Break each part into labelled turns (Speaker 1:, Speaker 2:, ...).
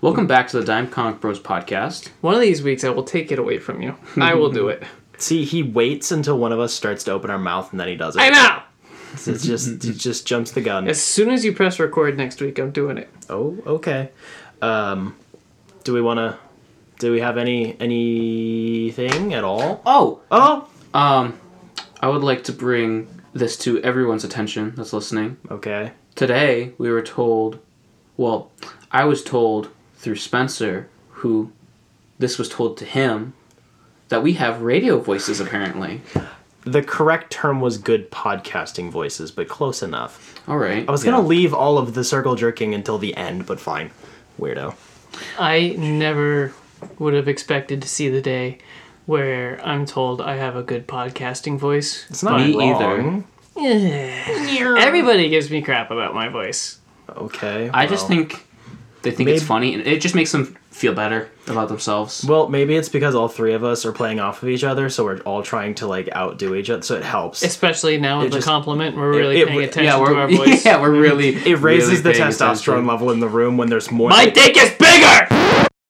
Speaker 1: Welcome back to the Dime Comic Bros podcast.
Speaker 2: One of these weeks, I will take it away from you. I will do it.
Speaker 3: See, he waits until one of us starts to open our mouth and then he does it.
Speaker 2: I know.
Speaker 3: It's it's just it just jumps the gun.
Speaker 2: As soon as you press record next week, I'm doing it.
Speaker 3: Oh, okay. Um, do we want to? Do we have any anything at all?
Speaker 1: Oh,
Speaker 3: Oh,
Speaker 1: um, I would like to bring this to everyone's attention that's listening.
Speaker 3: okay.
Speaker 1: Today, we were told, well, I was told through Spencer, who this was told to him, that we have radio voices apparently.
Speaker 3: The correct term was good podcasting voices, but close enough.
Speaker 1: All right.
Speaker 3: I was gonna leave all of the circle jerking until the end, but fine. Weirdo.
Speaker 2: I never would have expected to see the day where I'm told I have a good podcasting voice.
Speaker 3: It's not
Speaker 1: Me
Speaker 3: wrong.
Speaker 2: Everybody gives me crap about my voice.
Speaker 3: Okay.
Speaker 1: I just
Speaker 3: well.
Speaker 1: think they think it's
Speaker 3: Maybe-
Speaker 1: funny, and it just makes them feel better about themselves.
Speaker 3: Well, maybe it's because all three of us are playing off of each other, so we're all trying to like outdo each other. So it helps.
Speaker 2: Especially now with
Speaker 3: It
Speaker 2: the
Speaker 3: just-
Speaker 2: compliment, we're really
Speaker 3: it-
Speaker 2: paying
Speaker 3: yeah,
Speaker 2: attention
Speaker 1: yeah,
Speaker 2: to
Speaker 1: we're
Speaker 2: our voice.
Speaker 1: yeah, we're really
Speaker 3: it raises
Speaker 1: really
Speaker 3: the
Speaker 1: paying
Speaker 3: testosterone
Speaker 1: attention.
Speaker 3: level in the room when there's more.
Speaker 2: My dick is bigger.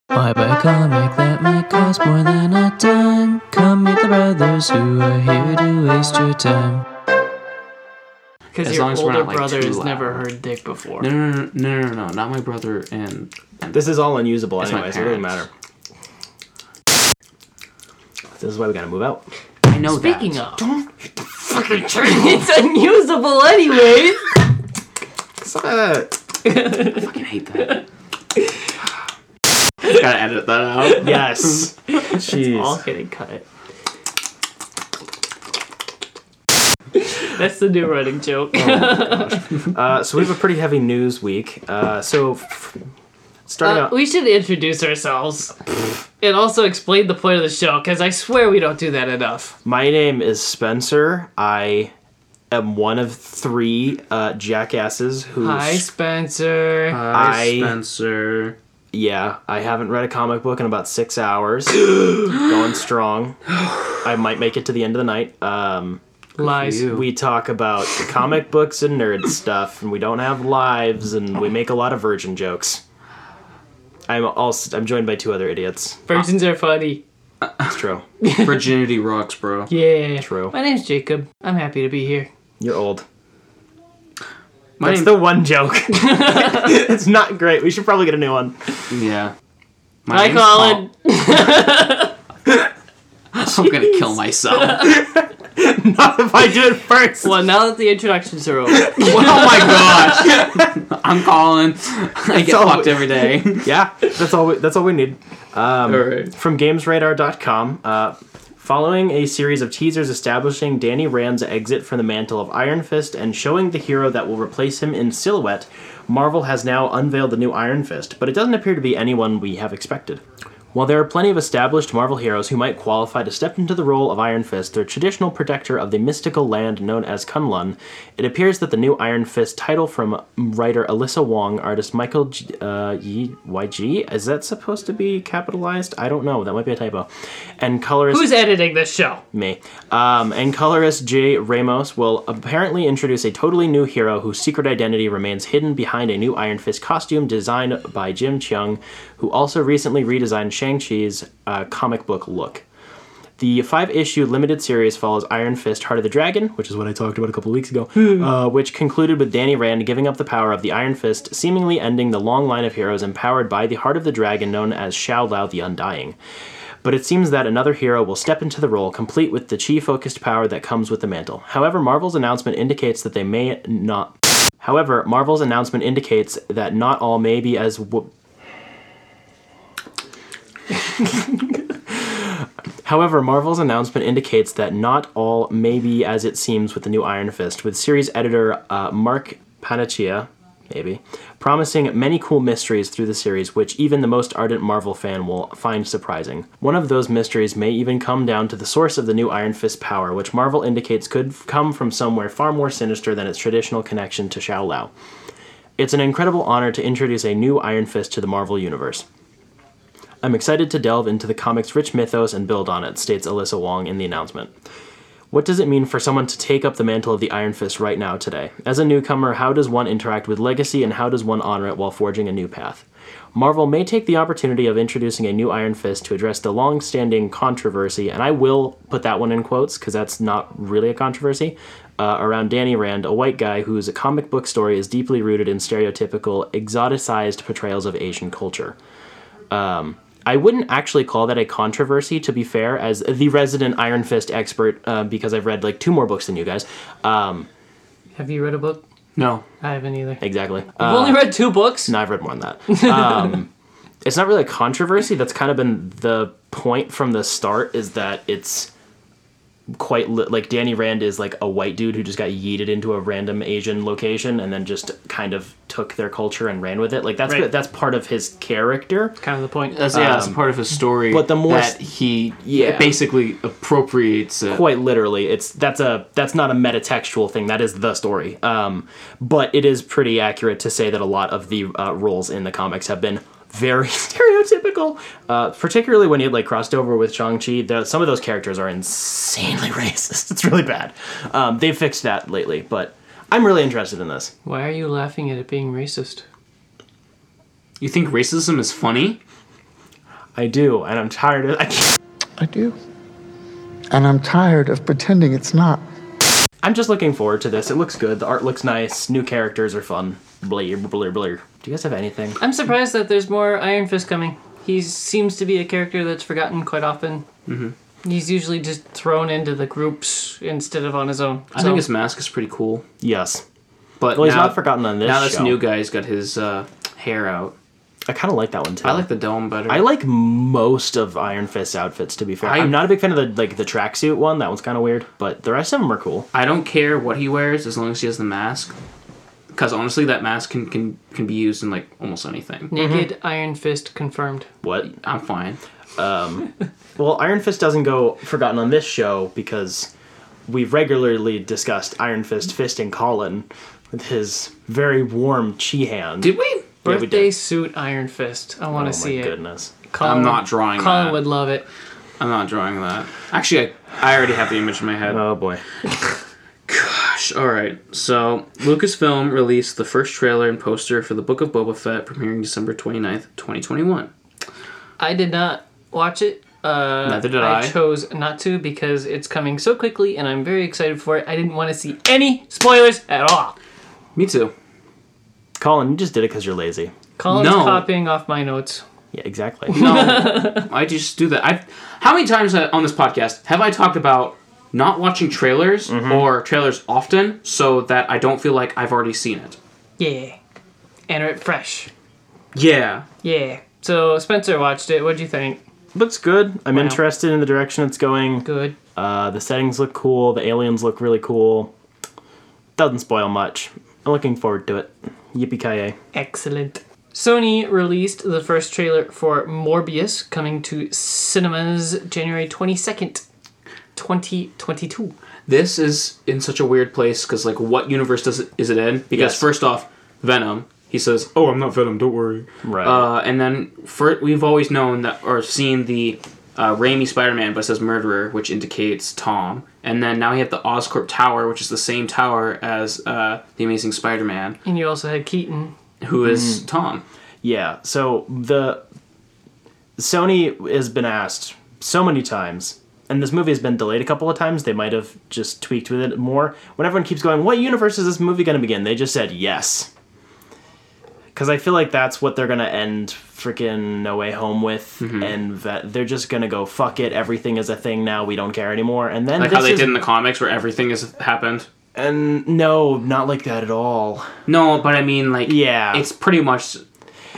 Speaker 4: Why buy a comic that might cost more than a dime? Come meet the brothers who are here to waste your time.
Speaker 2: Because
Speaker 1: As
Speaker 2: your
Speaker 1: long as we're
Speaker 2: older
Speaker 1: not, like,
Speaker 2: brother
Speaker 1: too
Speaker 2: has
Speaker 1: loud.
Speaker 2: never heard dick before.
Speaker 1: No, no, no, no, no, no, no, not my brother and. and
Speaker 3: This is all unusable
Speaker 1: my
Speaker 3: anyway, so it doesn't matter.
Speaker 1: parents.
Speaker 3: This is why we gotta move out.
Speaker 1: I know
Speaker 2: Speaking
Speaker 1: that.
Speaker 2: of, it's unusable anyway.
Speaker 1: I fucking hate that. Gotta edit that out.
Speaker 3: yes. Jeez.
Speaker 2: All getting cut. That's the new running joke.
Speaker 3: Uh, so we have a pretty heavy news week. Uh, so f- starting
Speaker 2: Uh,
Speaker 3: out.
Speaker 2: we should introduce ourselves and also explain the point of the show because I swear we don't do that enough.
Speaker 3: My name is Spencer. I am one of three uh, jackasses who.
Speaker 2: Hi, Spencer.
Speaker 1: Hi,
Speaker 3: I-
Speaker 1: Spencer.
Speaker 3: Yeah, I haven't read a comic book in about six hours. Going strong. I might make it to the end of the night. Um,
Speaker 2: Lies.
Speaker 1: you.
Speaker 3: we talk about comic books and nerd stuff, and we don't have lives, and we make a lot of virgin jokes. I'm also I'm joined by two other idiots.
Speaker 2: Virgins are funny.
Speaker 3: It's true.
Speaker 1: Virginity rocks, bro.
Speaker 2: Yeah.
Speaker 3: True.
Speaker 2: My name's Jacob. I'm happy to be here.
Speaker 3: You're old.
Speaker 1: My
Speaker 3: That's
Speaker 1: name-
Speaker 3: the one joke. it's not great. We should probably get a new one.
Speaker 1: Yeah. My
Speaker 2: Hi,
Speaker 1: name's
Speaker 2: Colin.
Speaker 1: Paul. I'm gonna kill myself.
Speaker 3: Not if I do it first.
Speaker 2: Well, now that the introductions are over,
Speaker 1: oh my gosh. I'm Colin. I get
Speaker 3: all-
Speaker 1: fucked every day.
Speaker 3: Yeah, that's all. We, that's all we need. Um,
Speaker 1: All right.
Speaker 3: from GamesRadar.com. Uh, following a series of teasers establishing Danny Rand's exit from the mantle of Iron Fist and showing the hero that will replace him in silhouette, Marvel has now unveiled the new Iron Fist, but it doesn't appear to be anyone we have expected. While there are plenty of established Marvel heroes who might qualify to step into the role of Iron Fist, their traditional protector of the mystical land known as Kunlun, it appears that the new Iron Fist title from writer Alyssa Wong, artist Michael G- uh, Ye- YG, is that supposed to be capitalized? I don't know. That might be a typo. And colorist
Speaker 2: who's editing this show?
Speaker 3: me. Um, and colorist Jay Ramos will apparently introduce a totally new hero whose secret identity remains hidden behind a new Iron Fist costume designed by Jim Chung, who also recently redesigned Shang-Chi's uh, comic book look. The five issue limited series follows Iron Fist Heart of the Dragon, which is what I talked about a couple weeks ago, uh, which concluded with Danny Rand giving up the power of the Iron Fist, seemingly ending the long line of heroes empowered by the Heart of the Dragon known as Xiao Lao the Undying but it seems that another hero will step into the role, complete with the chi focused power that comes with the mantle. However, Marvel's announcement indicates that they may not. However, Marvel's announcement indicates that not all may be as. W- However, Marvel's announcement indicates that not all may be as it seems with the new Iron Fist, with series editor uh, Mark Panaccia, maybe, promising many cool mysteries through the series, which even the most ardent Marvel fan will find surprising. One of those mysteries may even come down to the source of the new Iron Fist power, which Marvel indicates could f- come from somewhere far more sinister than its traditional connection to Xiao Lao. It's an incredible honor to introduce a new Iron Fist to the Marvel Universe. I'm excited to delve into the comic's rich mythos and build on it, states Alyssa Wong in the announcement. What does it mean for someone to take up the mantle of the Iron Fist right now today? As a newcomer, how does one interact with legacy and how does one honor it while forging a new path? Marvel may take the opportunity of introducing a new Iron Fist to address the long standing controversy, and I will put that one in quotes because that's not really a controversy, uh, around Danny Rand, a white guy whose comic book story is deeply rooted in stereotypical, exoticized portrayals of Asian culture. I wouldn't actually call that a controversy, to be fair, as the resident Iron Fist expert, uh, because I've read like two more books than you guys. Um,
Speaker 2: Have you read a book?
Speaker 1: No.
Speaker 2: I haven't either. I've
Speaker 3: exactly.
Speaker 1: uh,
Speaker 2: only read two books.
Speaker 3: No, I've read more than that. Um, it's not really a controversy. That's kind of been the point from the start is that it's quite li- like Danny Rand is like a white dude who just got yeeted into a random Asian location and then just kind of took their culture and ran with it. Like that's
Speaker 2: Right.
Speaker 3: that's part of his character.
Speaker 2: Kind of the point.
Speaker 1: That's, yeah, that's part of his story.
Speaker 3: but the more
Speaker 1: that he
Speaker 3: Yeah.
Speaker 1: basically appropriates it.
Speaker 3: quite literally it's that's a that's not a metatextual thing that is the story um, but it is pretty accurate to say that a lot of the uh, roles in the comics have been very stereotypical uh, particularly when he like crossed over with Shang-Chi the, some of those characters are insanely racist it's really bad um, they've fixed that lately but I'm really interested in this
Speaker 2: Why are you laughing at it being racist?
Speaker 1: You think racism is funny?
Speaker 3: I do and I'm tired of I,
Speaker 5: I do. And I'm tired of pretending it's not.
Speaker 3: I'm just looking forward to this it looks good the art looks nice new characters are fun Blah blah blah. do you guys have anything
Speaker 2: I'm surprised that there's more Iron Fist coming. He seems to be a character that's forgotten quite often. Mm-hmm. He's usually just thrown into the groups instead of on his own.
Speaker 1: I think his mask is pretty cool.
Speaker 3: yes
Speaker 1: But
Speaker 3: Well, he's
Speaker 1: now,
Speaker 3: not forgotten on this.
Speaker 1: now this
Speaker 3: show.
Speaker 1: new guy's got his uh, hair out.
Speaker 3: I kind of like that one too.
Speaker 1: I like the dome better.
Speaker 3: I like most of Iron Fist's outfits. To be fair, I,
Speaker 1: I-
Speaker 3: am not a big fan of the like the tracksuit one. That one's kind of weird, but the rest of them are cool.
Speaker 1: I don't care what he wears as long as he has the mask. Because honestly, that mask can, can can be used in like almost anything.
Speaker 2: Naked Iron Fist confirmed.
Speaker 3: What?
Speaker 1: I'm fine.
Speaker 3: Well, Iron Fist doesn't go forgotten on this show because we regularly discussed Iron Fist fisting Colin with his very warm chi hand.
Speaker 1: Did we?
Speaker 3: Yeah, we did.
Speaker 2: Birthday suit Iron Fist. I want
Speaker 3: oh
Speaker 2: to
Speaker 3: my
Speaker 2: see it.
Speaker 3: goodness!
Speaker 2: Colin,
Speaker 1: I'm not drawing
Speaker 2: Colin
Speaker 1: that.
Speaker 2: would love it.
Speaker 1: I'm not drawing that. Actually, I, I already have the image in my head.
Speaker 3: Oh boy.
Speaker 1: Gosh, all right. So, Lucasfilm released the first trailer and poster for the Book of Boba Fett premiering December 29th, 2021.
Speaker 2: I did not watch it. Uh,
Speaker 1: Neither did I.
Speaker 2: chose not to because it's coming so quickly, and I'm very excited for it. I didn't want to see any spoilers at all.
Speaker 1: Me too.
Speaker 3: Colin, you just did it because you're lazy.
Speaker 2: Colin's
Speaker 1: No.
Speaker 2: copying off my notes.
Speaker 3: Yeah, exactly.
Speaker 1: No, I just do that. I How many times ha- on this podcast have I talked about not watching trailers or trailers often so that I don't feel like I've already seen it?
Speaker 2: Yeah, enter it fresh.
Speaker 1: Yeah.
Speaker 2: Yeah. So Spencer watched it. What'd you think?
Speaker 3: Looks good. I'm
Speaker 2: Wow.
Speaker 3: interested in the direction it's going.
Speaker 2: Good.
Speaker 3: Uh, the settings look cool. The aliens look really cool. Doesn't spoil much. I'm looking forward to it. Yippee ki
Speaker 2: Excellent. Sony released the first trailer for Morbius coming to cinemas January 22nd, 2022.
Speaker 1: This is in such a weird place because, like, what universe does it, is it in? Because,
Speaker 3: Yes.
Speaker 1: first off, Venom, he says, Oh, I'm not Venom, don't worry.
Speaker 3: Right.
Speaker 1: Uh, and then for, we've always known that or seen the uh, Raimi Spider-Man, but it says murderer, which indicates Tom. And then now we have the Oscorp Tower, which is the same tower as uh, the Amazing Spider-Man,
Speaker 2: And you also had Keaton.
Speaker 1: who is
Speaker 3: Mm-hmm.
Speaker 1: Tom.
Speaker 3: yeah. So the Sony has been asked so many times, and this movie has been delayed a couple of times. They might have just tweaked with it more. When everyone keeps going, what universe is this movie going to begin? They just said yes. Because I feel like that's what they're going to end freaking No Way Home with, and that they're just going to go, fuck it, everything is a thing now, we don't care anymore. And then
Speaker 1: Like
Speaker 3: this
Speaker 1: how they
Speaker 3: is-
Speaker 1: did in the comics, where everything has happened.
Speaker 3: And no, not like that at all.
Speaker 1: No, but I mean, like,
Speaker 3: Yeah.
Speaker 1: it's pretty much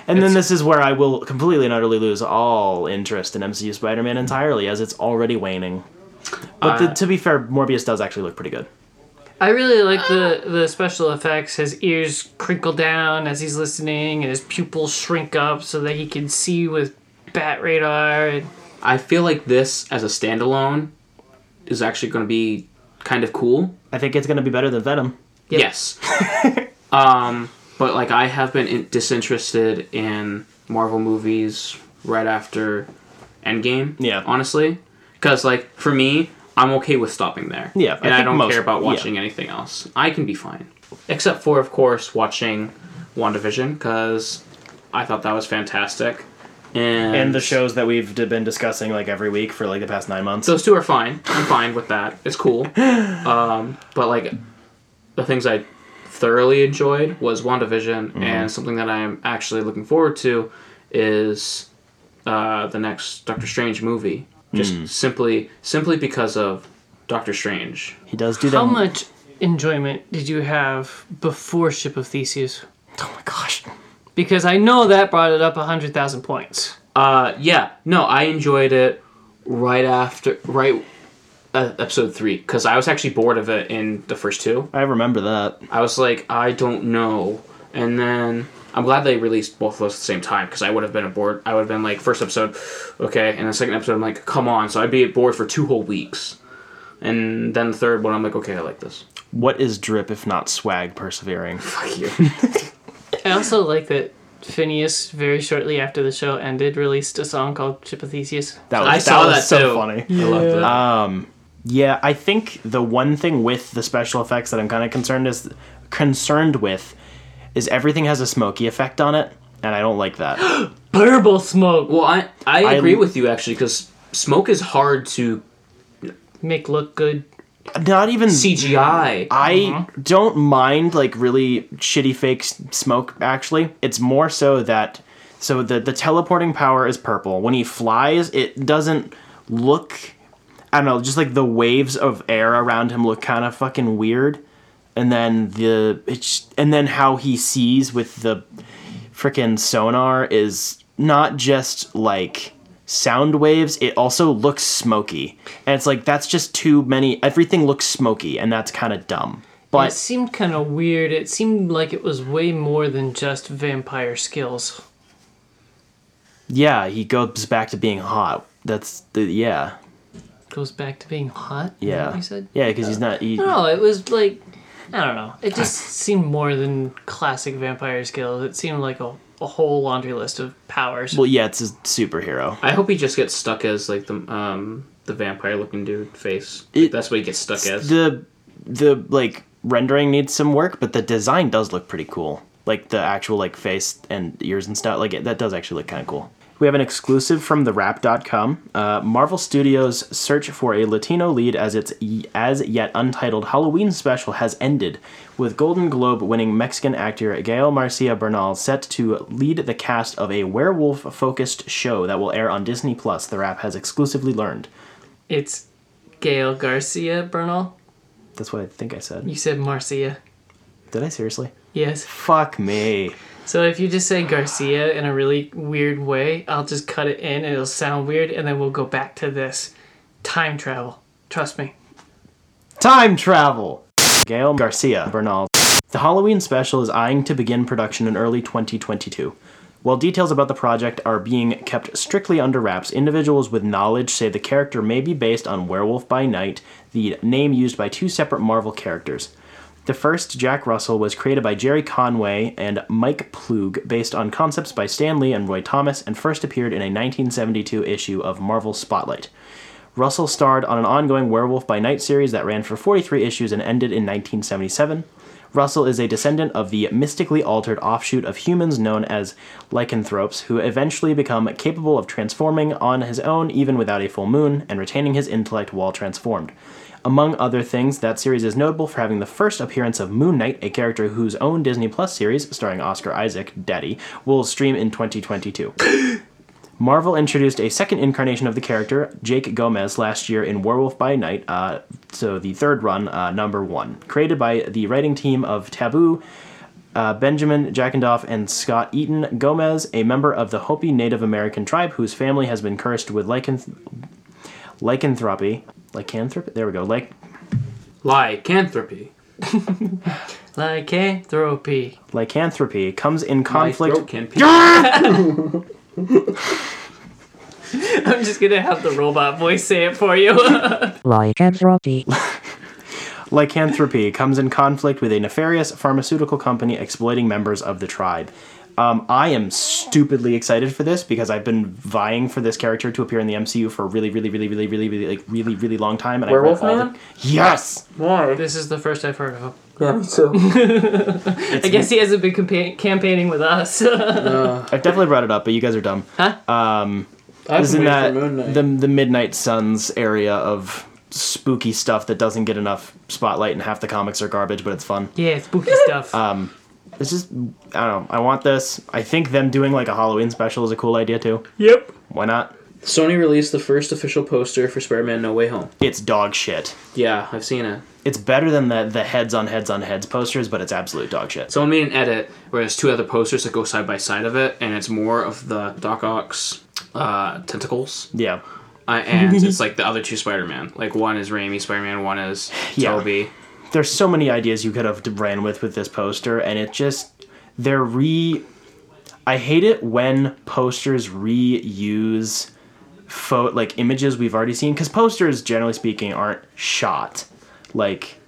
Speaker 3: And then this is where I will completely and utterly lose all interest in MCU Spider Man entirely, as it's already waning. But the, to be fair, Morbius does actually look pretty good.
Speaker 2: I really like the, the special effects. His ears crinkle down as he's listening, and his pupils shrink up so that he can see with bat radar. And
Speaker 1: I feel like this as a standalone is actually going to be kind of cool.
Speaker 3: I think it's going to be better than Venom.
Speaker 1: Yes. um, but like I have been in- disinterested in Marvel movies right after Endgame.
Speaker 3: Yeah.
Speaker 1: Honestly, because like for me, I'm okay with stopping there.
Speaker 3: Yeah, I
Speaker 1: and I,
Speaker 3: think
Speaker 1: don't
Speaker 3: most-
Speaker 1: care about
Speaker 3: yeah.
Speaker 1: watching anything else. I can be fine, except for of course watching WandaVision because I thought that was fantastic. And,
Speaker 3: and the shows that we've d- been discussing like every week for like the past nine months.
Speaker 1: Those two are fine. I'm fine with that. It's cool. Um, but like the things I thoroughly enjoyed was WandaVision, and something that I'm actually looking forward to is uh, the next Doctor Strange movie. Just simply, simply because of Doctor Strange.
Speaker 3: he does do that.
Speaker 2: How much enjoyment did you have before Ship of Theseus?
Speaker 3: Oh my gosh.
Speaker 2: Because I know that brought it up hundred thousand points.
Speaker 1: Uh, yeah, no, I enjoyed it right after right uh, episode three because I was actually bored of it in the first two.
Speaker 3: I remember that.
Speaker 1: I was like, I don't know. And then I'm glad they released both of those at the same time because I would have been aboard. I would have been like, first episode, okay, and the second episode, I'm like, come on. So I'd be bored for two whole weeks, and then the third one, I'm like, okay, I like this.
Speaker 3: What is drip if not swag persevering?
Speaker 1: Fuck you.
Speaker 2: I also like that Phineas, very shortly after the show ended, released a song called Ship of Theseus.
Speaker 3: That was,
Speaker 1: I saw
Speaker 3: was
Speaker 1: that
Speaker 3: so
Speaker 1: too.
Speaker 3: funny. Uh,
Speaker 1: I loved that.
Speaker 3: Yeah, I think the one thing with the special effects that I'm kind of concerned is concerned with is everything has a smoky effect on it, and I don't like that.
Speaker 2: Purple smoke
Speaker 1: well, I I
Speaker 3: I-
Speaker 1: agree with you actually because smoke is hard to
Speaker 2: make look good.
Speaker 3: Not even
Speaker 1: CGI.
Speaker 3: I don't mind like really shitty fake s- smoke. Actually, it's more so that so the the teleporting power is purple. When he flies, it doesn't look. I don't know, just like the waves of air around him look kind of fucking weird, and then the it's and then how he sees with the freaking sonar is not just like sound waves it also looks smoky and it's like that's just too many everything looks smoky and that's kind of dumb
Speaker 2: it
Speaker 3: but
Speaker 2: seemed kind of weird. It seemed like it was way more than just vampire skills.
Speaker 3: yeah he goes back to being hot that's the yeah
Speaker 2: Goes back to being hot. is that
Speaker 3: yeah
Speaker 2: what you said.
Speaker 3: yeah because he's not he,
Speaker 2: No, it was like I don't know. It just seemed more than classic vampire skills. It seemed like a, a whole laundry list of powers.
Speaker 3: well yeah it's a superhero
Speaker 1: I hope he just gets stuck as like the um the vampire looking dude face.
Speaker 3: It-
Speaker 1: That's what he gets stuck as.
Speaker 3: the the like rendering needs some work but the design does look pretty cool like the actual like face and ears and stuff like it, that does actually look kind of cool we have an exclusive from therap.com uh, marvel studios search for a latino lead as its y- as yet untitled halloween special has ended with golden globe winning mexican actor gael marcia bernal set to lead the cast of a werewolf focused show that will air on disney plus the rap has exclusively learned
Speaker 2: It's Gail Garcia Bernal.
Speaker 3: that's what i think i said
Speaker 2: You said Marcia.
Speaker 3: did i seriously
Speaker 2: Yes.
Speaker 3: fuck me
Speaker 2: So if you just say Garcia in a really weird way, I'll just cut it in and it'll sound weird and then we'll go back to this time travel. Trust me.
Speaker 3: Time travel! Gail Garcia Bernal. The Halloween special is eyeing to begin production in early 2022. While details about the project are being kept strictly under wraps, individuals with knowledge say the character may be based on Werewolf by Night, the name used by two separate Marvel characters. The first, Jack Russell, was created by Jerry Conway and Mike Plug, based on concepts by Stan Lee and Roy Thomas, and first appeared in a 1972 issue of Marvel Spotlight. Russell starred on an ongoing Werewolf by Night series that ran for 43 issues and ended in 1977. Russell is a descendant of the mystically altered offshoot of humans known as lycanthropes, who eventually become capable of transforming on his own even without a full moon and retaining his intellect while transformed. Among other things, that series is notable for having the first appearance of Moon Knight, a character whose own Disney Plus series, starring Oscar Isaac, Daddy, will stream in 2022. Marvel introduced a second incarnation of the character, Jake Gomez, last year in Werewolf by Night, uh, so the third run, uh, number one, created by the writing team of Taboo, uh, Benjamin Jackendoff, and Scott Eaton. Gomez, a member of the Hopi Native American tribe whose family has been cursed with lycanth- lycanthropy. Lycanthropy? There we go. Lyc-
Speaker 1: Lycanthropy.
Speaker 2: Lycanthropy.
Speaker 3: lycanthropy comes in
Speaker 1: My
Speaker 3: conflict.
Speaker 1: throat can pee.
Speaker 2: I'm just gonna have the robot voice say it for you.
Speaker 6: Lycanthropy.
Speaker 3: lycanthropy comes in conflict with a nefarious pharmaceutical company exploiting members of the tribe. Um, I am stupidly excited for this because I've been vying for this character to appear in the MCU for a really, really, really, really, really, really, like really, really long time. And I've read
Speaker 1: Werewolf
Speaker 3: all the-
Speaker 1: Man?
Speaker 3: Yes.
Speaker 1: Why?
Speaker 2: this is the first I've heard of him.
Speaker 1: Yeah, me too.
Speaker 2: I guess he hasn't been campa- campaigning with us.
Speaker 3: I've definitely brought it up, but you guys are dumb.
Speaker 2: Huh?
Speaker 3: Um,
Speaker 7: I've
Speaker 3: is in
Speaker 7: been waiting
Speaker 3: that
Speaker 7: for Moon Knight.
Speaker 3: the the Midnight Suns area of spooky stuff that doesn't get enough spotlight, and half the comics are garbage, but it's fun.
Speaker 2: yeah, spooky stuff.
Speaker 3: Um, It's just I don't know. I want this. I think them doing like a Halloween special is a cool idea too.
Speaker 2: yep.
Speaker 3: Why not?
Speaker 1: Sony released the first official poster for Spider-Man: No Way Home.
Speaker 3: It's dog shit.
Speaker 1: Yeah, I've seen it.
Speaker 3: It's better than the the heads on heads on heads posters, but it's absolute dog shit.
Speaker 1: Someone made an edit where there's two other posters that go side by side of it, and it's more of the Doc Ock's uh, tentacles,
Speaker 3: Yeah.
Speaker 1: uh, and it's like the other two Spider-Man. Like one is Raimi Spider-Man, one is
Speaker 3: Yeah.
Speaker 1: Toby.
Speaker 3: there's so many ideas you could have ran with with this poster and it just they're re i hate it when posters reuse fo- like images we've already seen because posters generally speaking aren't shot like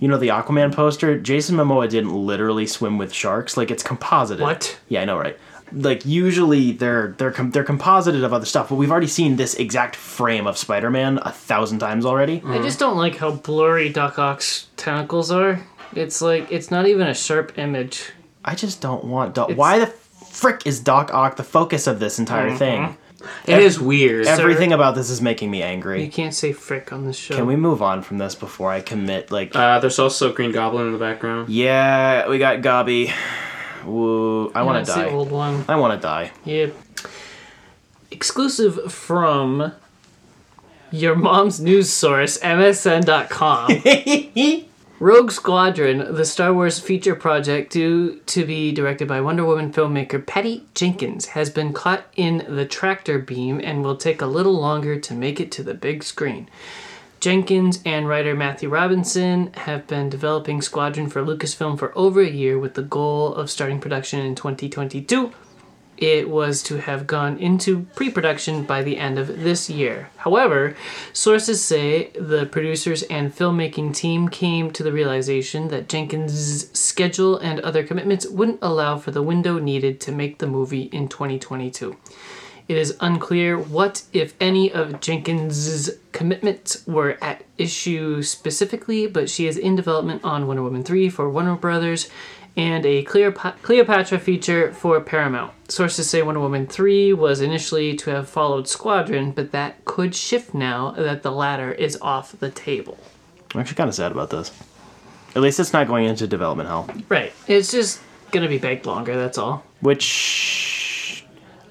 Speaker 3: you know the aquaman poster jason momoa didn't literally swim with sharks like it's composited
Speaker 2: What?
Speaker 3: yeah i know right like usually they're they're com- they're composited of other stuff but we've already seen this exact frame of spider-man a thousand times already
Speaker 2: I just don't like how blurry Doc Ock's tentacles are. It's like it's not even a sharp image.
Speaker 3: I just don't want Doc. Why the frick is Doc Ock the focus of this entire thing?
Speaker 1: It is weird.
Speaker 3: Everything about this is making me
Speaker 2: You
Speaker 3: angry.
Speaker 2: can't say frick on this show.
Speaker 3: Can we move on from this before I commit? Like,
Speaker 1: Uh, there's also Green Goblin in the background.
Speaker 3: yeah, we got Gobby. Woo! I want
Speaker 2: That's
Speaker 3: to
Speaker 2: the
Speaker 3: die.
Speaker 2: old one.
Speaker 3: I want to die.
Speaker 2: Yep. Exclusive from your mom's news source, MSN.com. Rogue Squadron, the Star Wars feature project due to be directed by Wonder Woman filmmaker Patty Jenkins, has been caught in the tractor beam and will take a little longer to make it to the big screen. Jenkins and writer Matthew Robinson have been developing Squadron for Lucasfilm for over a year with the goal of starting production in 2022 it was to have gone into pre production by the end of this year. However, sources say the producers and filmmaking team came to the realization that Jenkins' schedule and other commitments wouldn't allow for the window needed to make the movie in 2022. It is unclear what, if any, of Jenkins' commitments were at issue specifically, but she is in development on Wonder Woman 3 for Warner Brothers and a Cleop- Cleopatra feature for Paramount. Sources say Wonder Woman 3 was initially to have followed Squadron, but that could shift now that the latter is off the table.
Speaker 3: I'm actually kind of sad about this. At least it's not going into development hell,
Speaker 2: Right. It's just going to be baked longer, that's all.
Speaker 3: which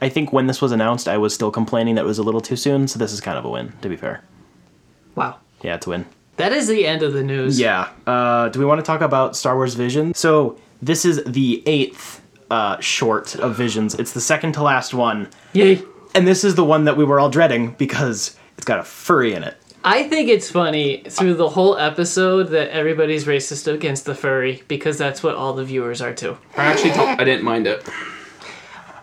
Speaker 3: I think when this was announced, I was still complaining that it was a little too soon. So this is kind of a win, to be fair.
Speaker 2: Wow.
Speaker 3: Yeah, it's a win.
Speaker 2: That is the end of the news.
Speaker 3: Yeah. Uh, do we want to talk about Star Wars Vision? So this is the eighth uh, short of Visions. It's the second to last one,
Speaker 2: Yay.
Speaker 3: and this is the one that we were all dreading because it's got a furry in it.
Speaker 2: I think it's funny through the whole episode that everybody's racist against the furry because that's what all the viewers are too.
Speaker 1: I actually don't, I didn't mind it.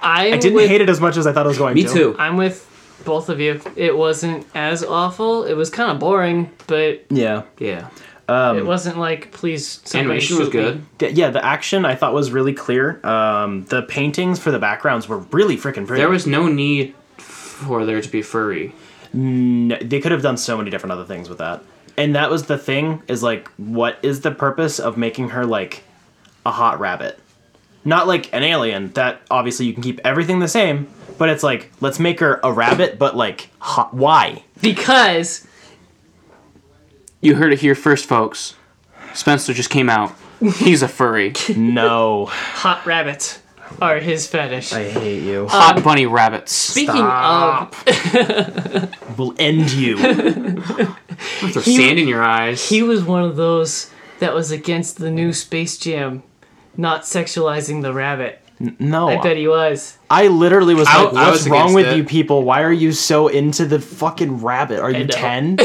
Speaker 2: I'm
Speaker 3: I didn't
Speaker 2: with,
Speaker 3: hate it as much as I thought it was going
Speaker 1: Me
Speaker 3: to.
Speaker 1: too.
Speaker 2: I'm with both of you. It wasn't as awful. It was kind of boring, but
Speaker 3: Yeah.
Speaker 1: Yeah.
Speaker 3: Mm.
Speaker 2: it wasn't like please. Somebody
Speaker 1: Animation was
Speaker 2: shoot me.
Speaker 1: good.
Speaker 3: Th- Yeah, the action I thought was really clear. Um, the paintings for the backgrounds were really freaking pretty.
Speaker 1: There was no need for there to be furry.
Speaker 3: No, they could have done so many different other things with that. And that was the thing is like, what is the purpose of making her like a hot rabbit? Not like an alien that obviously you can keep everything the same, but it's like, let's make her a rabbit, but like, hot. Why?
Speaker 2: because
Speaker 1: You heard it here first, folks. Spencer just came out. He's a furry.
Speaker 3: No.
Speaker 2: hot rabbits are his fetish.
Speaker 3: I hate you.
Speaker 1: Hot bunny rabbits.
Speaker 2: Speaking of,
Speaker 3: We'll end you.
Speaker 1: Throw sand in your eyes.
Speaker 2: he was one of those that was against the new Space Jam, not sexualizing the rabbit.
Speaker 3: No.
Speaker 2: I bet he was.
Speaker 3: I literally was
Speaker 1: I-
Speaker 3: like,
Speaker 1: I
Speaker 3: what's
Speaker 1: was
Speaker 3: wrong
Speaker 1: against
Speaker 3: with
Speaker 1: it.
Speaker 3: you people? Why are you so into the fucking rabbit? Are you
Speaker 2: know.
Speaker 3: 10?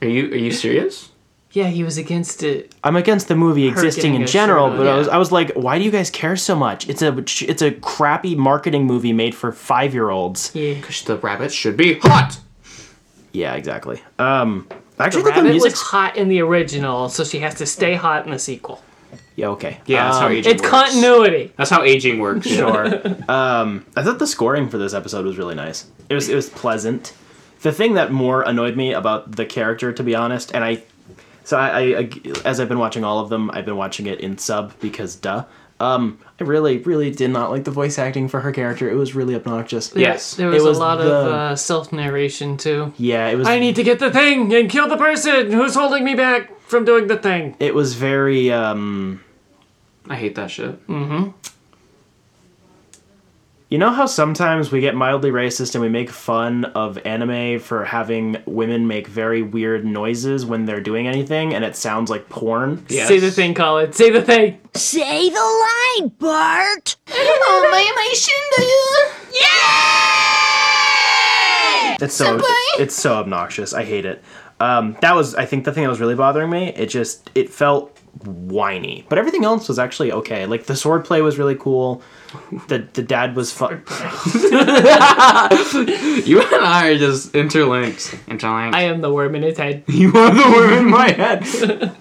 Speaker 1: Are you are you serious?
Speaker 2: Yeah, he was against it.
Speaker 3: I'm against the movie existing
Speaker 2: getting
Speaker 3: in
Speaker 2: a
Speaker 3: general,
Speaker 2: shirt on,
Speaker 3: but I was
Speaker 2: yeah.
Speaker 3: I was like, why do you guys care so much? It's a it's a crappy marketing movie made for five year olds.
Speaker 2: Yeah.
Speaker 1: Because the rabbits should be hot.
Speaker 3: Yeah, exactly. Um, I actually think the
Speaker 2: Rabbit was
Speaker 3: music's
Speaker 2: hot in the original, so she has to stay hot in the sequel.
Speaker 3: yeah okay. Uh,
Speaker 1: Yeah, that's how aging
Speaker 2: It's
Speaker 1: works.
Speaker 2: continuity.
Speaker 1: That's how aging works.
Speaker 3: Um, Sure. um, I thought the scoring for this episode was really nice. It was it was pleasant. The thing that more annoyed me about the character, to be honest, and I So I, I, I- as I've been watching all of them, I've been watching it in sub because duh. Um, I really, really did not like the voice acting for her character. It was really obnoxious.
Speaker 1: Yes.
Speaker 2: There was,
Speaker 3: It was
Speaker 2: a lot of
Speaker 3: the-
Speaker 2: uh, self narration too.
Speaker 3: Yeah, it was.
Speaker 2: I need to get the thing and kill the person who's holding me back from doing the thing.
Speaker 3: it was very. Um,
Speaker 1: I hate that shit.
Speaker 3: you know how sometimes we get mildly racist and we make fun of anime for having women make very weird noises when they're doing anything, and it sounds like porn.
Speaker 1: Yes.
Speaker 2: Say the thing, Colin. Say the thing.
Speaker 7: Say the line, Bart!
Speaker 3: It's so it's so obnoxious. I hate it. Um, that was I think the thing that was really bothering me. It just it felt whiny, but everything else was actually okay. Like the sword play was really cool. The the dad was fun.
Speaker 1: You and I are just interlinked. Interlinked.
Speaker 2: I am the worm in his head.
Speaker 1: you are the worm in my head.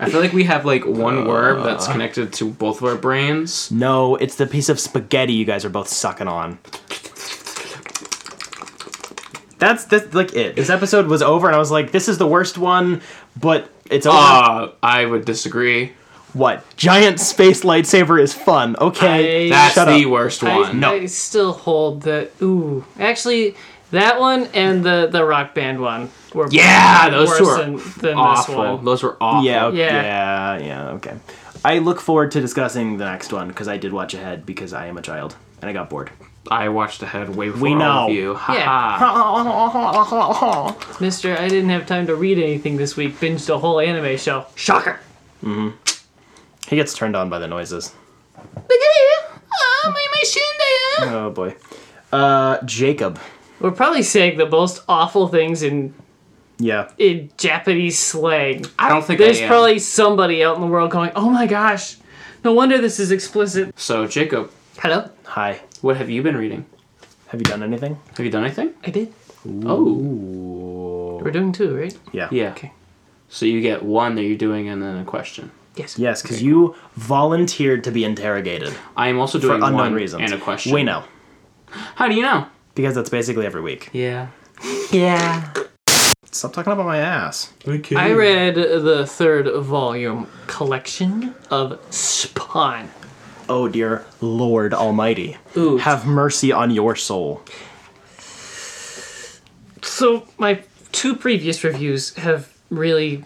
Speaker 1: I feel like we have like one worm that's connected to both of our brains.
Speaker 3: No, it's the piece of spaghetti you guys are both sucking on. That's that's like it. This episode was over, and I was like, "This is the worst one," but it's over.
Speaker 1: Uh, I would disagree.
Speaker 3: what giant space lightsaber is fun? Okay,
Speaker 2: I-
Speaker 1: That's
Speaker 3: shut
Speaker 1: the
Speaker 3: up.
Speaker 1: worst
Speaker 2: I,
Speaker 1: one.
Speaker 3: No.
Speaker 2: I still hold the ooh. Actually, that one and the the rock band one were
Speaker 1: Yeah, those
Speaker 2: worse
Speaker 1: two are
Speaker 2: than, than this
Speaker 1: awful.
Speaker 2: one.
Speaker 1: Those were awful.
Speaker 3: Yeah, okay,
Speaker 2: Yeah.
Speaker 3: yeah, yeah, okay. I look forward to discussing the next one because I did watch ahead because I am a child and I got bored.
Speaker 1: I watched ahead way before
Speaker 3: We
Speaker 1: all
Speaker 3: know.
Speaker 1: of you. Ha
Speaker 2: Yeah.
Speaker 1: ha.
Speaker 2: Mister, I didn't have time to read anything this week. Binged a whole anime show. Shocker.
Speaker 3: He gets turned on by the noises. Oh boy. Uh, Jacob.
Speaker 2: We're probably saying the most awful things in
Speaker 3: Yeah.
Speaker 2: in Japanese slang.
Speaker 1: I don't think
Speaker 2: There's
Speaker 1: I am.
Speaker 2: probably somebody out in the world going, "Oh my gosh, no wonder this is explicit."
Speaker 1: So Jacob,
Speaker 2: Hello,
Speaker 3: Hi.
Speaker 1: what have you been reading?
Speaker 3: Have you done anything?
Speaker 1: Have you done anything?
Speaker 2: I did.
Speaker 1: Oh,
Speaker 2: We're doing two, right?
Speaker 3: Yeah.
Speaker 1: yeah. Okay. So you get one that you're doing and then a question.
Speaker 2: Yes.
Speaker 3: Yes, because you volunteered to be interrogated
Speaker 1: I am also
Speaker 3: for
Speaker 1: doing
Speaker 3: unknown
Speaker 1: one
Speaker 3: reasons.
Speaker 1: and a question.
Speaker 3: We know
Speaker 1: How do you know?
Speaker 3: because that's basically every week.
Speaker 1: Yeah.
Speaker 3: Stop talking about my ass.
Speaker 2: I read the third volume collection of Spawn.
Speaker 3: Oh dear Lord Almighty,
Speaker 1: Ooh.
Speaker 3: have mercy on your soul.
Speaker 2: So my two previous reviews have really,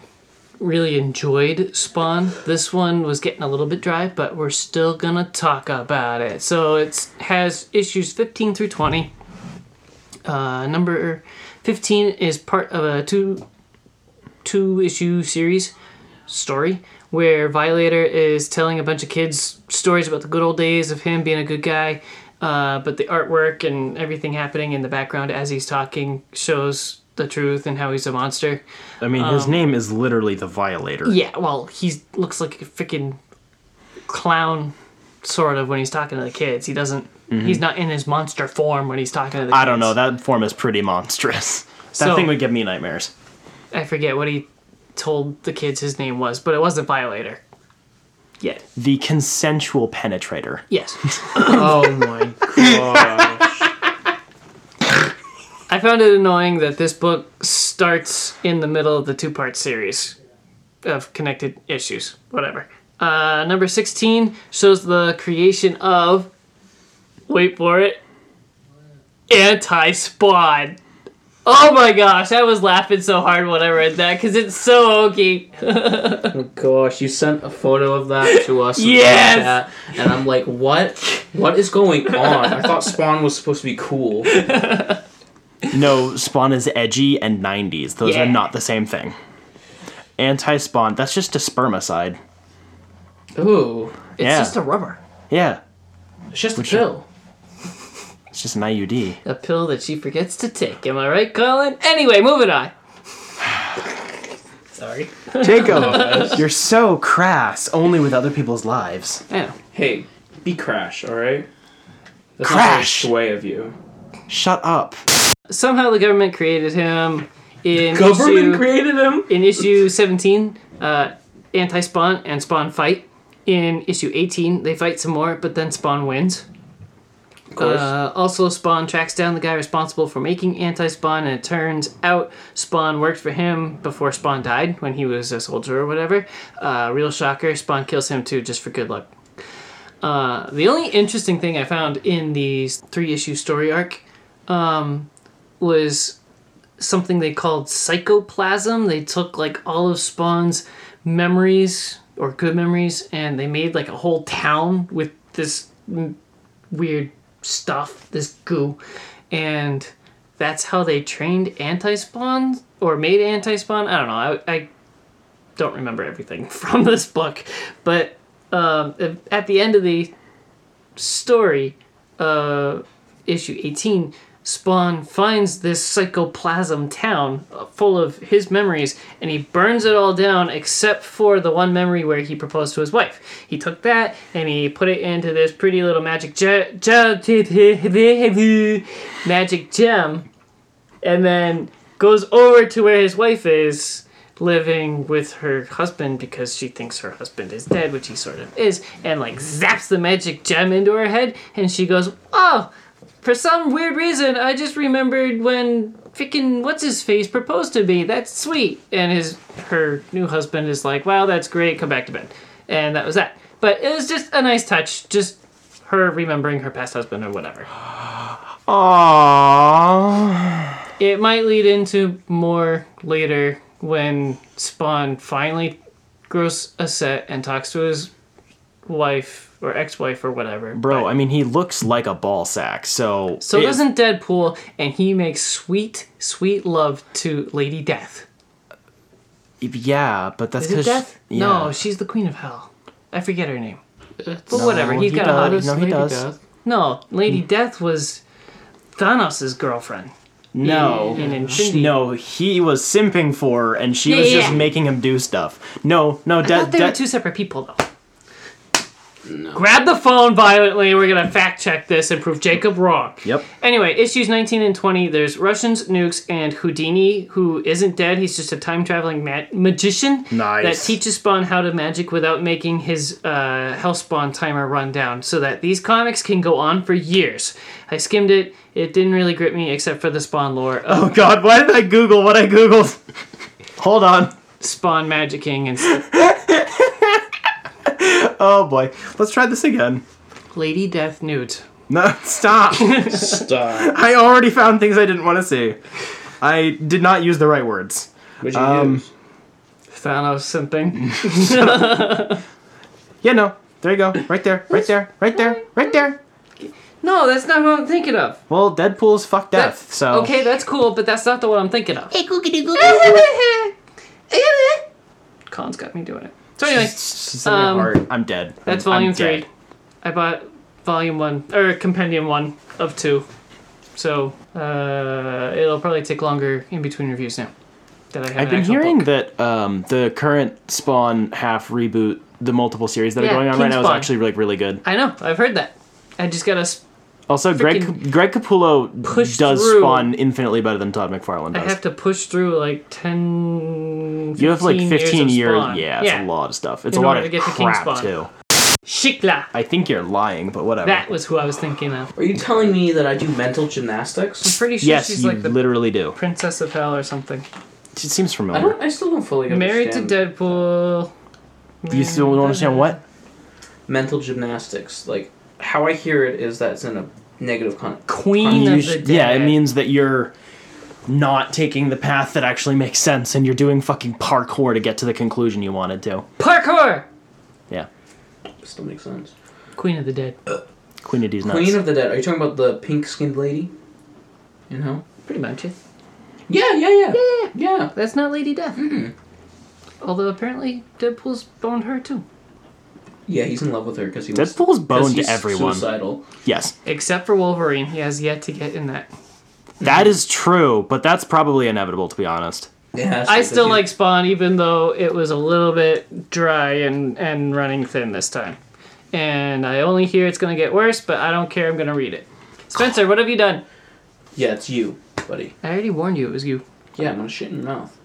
Speaker 2: really enjoyed Spawn. This one was getting a little bit dry, but we're still gonna talk about it. So it has issues 15 through 20. Uh, number 15 is part of a two two issue series story where Violator is telling a bunch of kids stories about the good old days of him being a good guy. Uh, but the artwork and everything happening in the background as he's talking shows the truth and how he's a monster.
Speaker 3: I mean, his
Speaker 1: Um,
Speaker 3: name is literally the Violator.
Speaker 2: Yeah, well, he looks like a freaking clown, sort of, when he's talking to the kids. He doesn't. He's not in his monster form when he's talking to the.
Speaker 3: Mm-hmm. I don't
Speaker 2: kids.
Speaker 3: know. That form is pretty monstrous. That
Speaker 2: So-
Speaker 3: thing would give me nightmares.
Speaker 2: I forget what he told the kids his name was, but it wasn't Violator. Yet.
Speaker 3: The consensual penetrator.
Speaker 2: Yes.
Speaker 1: Oh my god.
Speaker 2: I found it annoying that this book starts in the middle of the two part series of connected issues. Whatever. Uh, number 16 shows the creation of. Wait for it. Anti Spawn. Oh my gosh, I was laughing so hard when I read that because it's so okey.
Speaker 1: Gosh, you sent a photo of that to us. in
Speaker 2: Yes!
Speaker 1: the chat, and I'm like, what? What is going on? I thought Spawn was supposed to be cool.
Speaker 3: No, Spawn is edgy and 90s. Those
Speaker 2: Yeah.
Speaker 3: are not the same thing. Anti Spawn, that's just a spermicide.
Speaker 1: Ooh,
Speaker 2: It's
Speaker 3: Yeah.
Speaker 2: just a rubber.
Speaker 3: Yeah,
Speaker 1: it's just a pill.
Speaker 3: it's just an IUD.
Speaker 2: A pill that she forgets to take. Am I right, Colin? Anyway, moving on. Sorry.
Speaker 3: Jacob, you're so crass, only with other people's lives.
Speaker 2: I know.
Speaker 1: Hey, be Crash, all right? That's
Speaker 3: Crash!
Speaker 1: Not very sway of you.
Speaker 3: Shut up.
Speaker 2: somehow the government created him in
Speaker 1: Government
Speaker 2: issue,
Speaker 1: created him.
Speaker 2: in issue 17 uh, anti-spawn and spawn fight in issue 18 they fight some more but then spawn wins
Speaker 1: Of course.
Speaker 2: Uh, also, Spawn tracks down the guy responsible for making anti Spawn, and it turns out Spawn worked for him before Spawn died when he was a soldier or whatever. Uh, real shocker. Spawn kills him too, just for good luck. Uh, the only interesting thing I found in the three issue story arc um, was something they called psychoplasm. They took like all of Spawn's memories or good memories and they made like a whole town with this m- weird stuff, this goo. And that's how they trained anti spawn or made anti spawn. I don't know. I, I don't remember everything from this book. But um, at the end of the story, uh, issue 18, Spawn finds this psychoplasm town uh, full of his memories and he burns it all down except for the one memory where he proposed to his wife. He took that and he put it into this pretty little magic gem, magic gem and then goes over to where his wife is living with her husband because she thinks her husband is dead, which he sort of is, and like zaps the magic gem into her head, and she goes, Oh, for some weird reason, I just remembered when freaking what's his face proposed to me. That's sweet. And his her new husband is like, Wow, that's great. Come back to bed. And that was that. But it was just a nice touch. Just her remembering her past husband or whatever.
Speaker 3: Aww.
Speaker 2: It might lead into more later when Spawn finally grows a set and talks to his wife or ex-wife or whatever.
Speaker 3: Bro, I mean, he looks like a ball sack, so.
Speaker 2: So
Speaker 3: it-
Speaker 2: doesn't Deadpool, and he makes sweet, sweet love to Lady Death.
Speaker 3: Yeah, but that's
Speaker 2: Is it
Speaker 3: because.
Speaker 2: Death?
Speaker 3: Yeah.
Speaker 2: No, she's the Queen of Hell. I forget her name. But whatever,
Speaker 3: he
Speaker 2: he's got a
Speaker 3: does.
Speaker 2: hot.
Speaker 3: No, he does.
Speaker 2: No, Lady Death was Thanos' girlfriend.
Speaker 3: No.
Speaker 2: In
Speaker 3: Sh-
Speaker 2: Infinity.
Speaker 3: No, he was simping for her, and she
Speaker 2: Yeah,
Speaker 3: was
Speaker 2: yeah,
Speaker 3: just
Speaker 2: yeah.
Speaker 3: making him do stuff. No, no,
Speaker 2: I
Speaker 3: De-
Speaker 2: thought they were
Speaker 3: De-
Speaker 2: two separate people, though. Grab the phone violently. We're gonna fact check this and prove Jacob wrong.
Speaker 3: Yep.
Speaker 2: Anyway, issues 19 and 20. There's Russians, nukes, and Houdini, who isn't dead. He's just a time traveling ma- magician
Speaker 3: Nice.
Speaker 2: that teaches Spawn how to magic without making his uh, Hellspawn timer run down, so that these comics can go on for years. I skimmed it. It didn't really grip me except for the Spawn lore of
Speaker 3: Oh, God, why did I Google what I Googled? Hold on.
Speaker 2: Spawn magicking and
Speaker 3: Oh, boy. Let's try this again.
Speaker 2: Lady Death nudes.
Speaker 3: No, stop.
Speaker 1: Stop.
Speaker 3: I already found things I didn't want to say. I did not use the right words.
Speaker 1: What'd you
Speaker 3: Um,
Speaker 1: use?
Speaker 2: Thanos
Speaker 3: Mm.
Speaker 2: something.
Speaker 3: Yeah, no. There you go. Right there. Right there. Right there. Right there.
Speaker 2: No, that's not what I'm thinking of.
Speaker 3: Well, Deadpool's fuck death.
Speaker 2: That's-
Speaker 3: so
Speaker 2: okay, that's cool, but that's not the one I'm thinking of.
Speaker 7: Hey, googity googity.
Speaker 2: Colin's got me doing it. So anyway,
Speaker 3: It's just in your
Speaker 2: Um,
Speaker 3: heart. I'm dead.
Speaker 2: that's
Speaker 3: I'm- I'm
Speaker 2: volume three.
Speaker 3: dead.
Speaker 2: I bought volume one or compendium one of two, so uh, it'll probably take longer in between reviews now. That I have
Speaker 3: I've
Speaker 2: an
Speaker 3: been
Speaker 2: actual
Speaker 3: hearing
Speaker 2: book.
Speaker 3: that um, the current Spawn half reboot, the multiple series that are
Speaker 2: Yeah,
Speaker 3: going on
Speaker 2: King
Speaker 3: right now, is
Speaker 2: Spawn.
Speaker 3: actually like really good.
Speaker 2: I know. I've heard that. I just gotta. Sp-
Speaker 3: Also, Greg
Speaker 2: Freaking
Speaker 3: Greg Capullo
Speaker 2: push
Speaker 3: does
Speaker 2: through.
Speaker 3: Spawn infinitely better than Todd McFarlane
Speaker 2: I
Speaker 3: does.
Speaker 2: have to push through like ten.
Speaker 3: you have like 15
Speaker 2: years.
Speaker 3: year,
Speaker 2: of Spawn.
Speaker 3: yeah, it's a lot of stuff. It's
Speaker 2: In
Speaker 3: a lot
Speaker 2: order to
Speaker 3: of
Speaker 2: get to King
Speaker 3: crap
Speaker 2: Spawn.
Speaker 3: too.
Speaker 2: Shikla.
Speaker 3: I think you're lying, but whatever.
Speaker 2: That was who I was thinking of.
Speaker 1: Are you telling me that I do mental
Speaker 2: I'm
Speaker 1: gymnastics?
Speaker 2: pretty sure
Speaker 3: yes,
Speaker 2: she's
Speaker 3: you
Speaker 2: like the
Speaker 3: literally do.
Speaker 2: princess of hell or something.
Speaker 3: It seems
Speaker 1: I
Speaker 3: familiar.
Speaker 1: don't. I still don't fully understand.
Speaker 2: Married to Deadpool. Oh,
Speaker 3: You still don't understand what?
Speaker 1: Mental gymnastics. Like how I hear it is that it's in a negative con.
Speaker 2: Queen
Speaker 3: You
Speaker 2: of
Speaker 3: sh-
Speaker 2: the Dead.
Speaker 3: yeah, it means that you're not taking the path that actually makes sense, and you're doing fucking parkour to get to the conclusion you wanted to.
Speaker 2: parkour.
Speaker 3: Yeah,
Speaker 1: Still makes sense.
Speaker 2: Queen of the Dead.
Speaker 3: Queen of D's nuts.
Speaker 1: Queen of the Dead. Are you talking about the pink skinned lady? You know.
Speaker 2: Pretty much it.
Speaker 1: Yeah, yeah, yeah, yeah, yeah.
Speaker 2: That's not Lady Death. Although apparently Deadpool's boned her too.
Speaker 1: Yeah, he's in love with her because he was.
Speaker 3: Deadpool's
Speaker 1: 'cause
Speaker 3: boned
Speaker 1: he's
Speaker 3: to everyone.
Speaker 1: Suicidal.
Speaker 3: Yes,
Speaker 2: Except for Wolverine, he has yet to get in that.
Speaker 3: that is true, but that's probably inevitable to be honest.
Speaker 1: Yeah.
Speaker 2: I still like Spawn, even though it was a little bit dry and and running thin this time. And I only hear it's gonna get worse, but I don't care. I'm gonna read it. Spencer, what have you done?
Speaker 1: Yeah, it's you, buddy.
Speaker 2: I already warned you it was you.
Speaker 1: Yeah, I'm gonna shit in your mouth.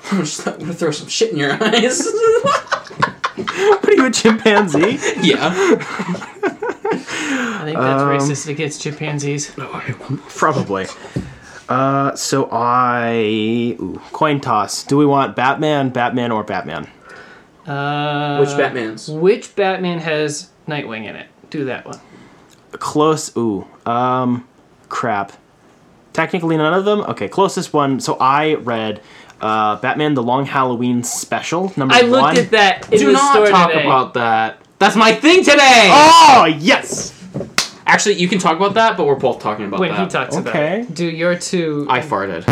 Speaker 1: I'm just I'm gonna throw some shit in your eyes.
Speaker 3: What are you, a chimpanzee?
Speaker 1: yeah.
Speaker 2: I think that's racist against chimpanzees.
Speaker 3: Probably. Uh, so I ooh, coin toss. Do we want Batman, Batman, or Batman?
Speaker 2: Uh,
Speaker 1: Which Batman's?
Speaker 2: Which Batman has Nightwing in it? Do that one.
Speaker 3: Close. Ooh. Um. Crap. Technically none of them. Okay. Closest one. So I read. Uh, Batman: The Long Halloween Special, number
Speaker 2: I looked
Speaker 3: one.
Speaker 2: at that in
Speaker 1: Do
Speaker 2: the
Speaker 1: not
Speaker 2: store
Speaker 1: talk
Speaker 2: today.
Speaker 1: about that. That's my thing today.
Speaker 3: Oh yes!
Speaker 1: Actually, you can talk about that, but we're both talking about
Speaker 2: when
Speaker 1: that.
Speaker 2: he talks about
Speaker 3: Okay.
Speaker 2: it. Do your two?
Speaker 1: I farted.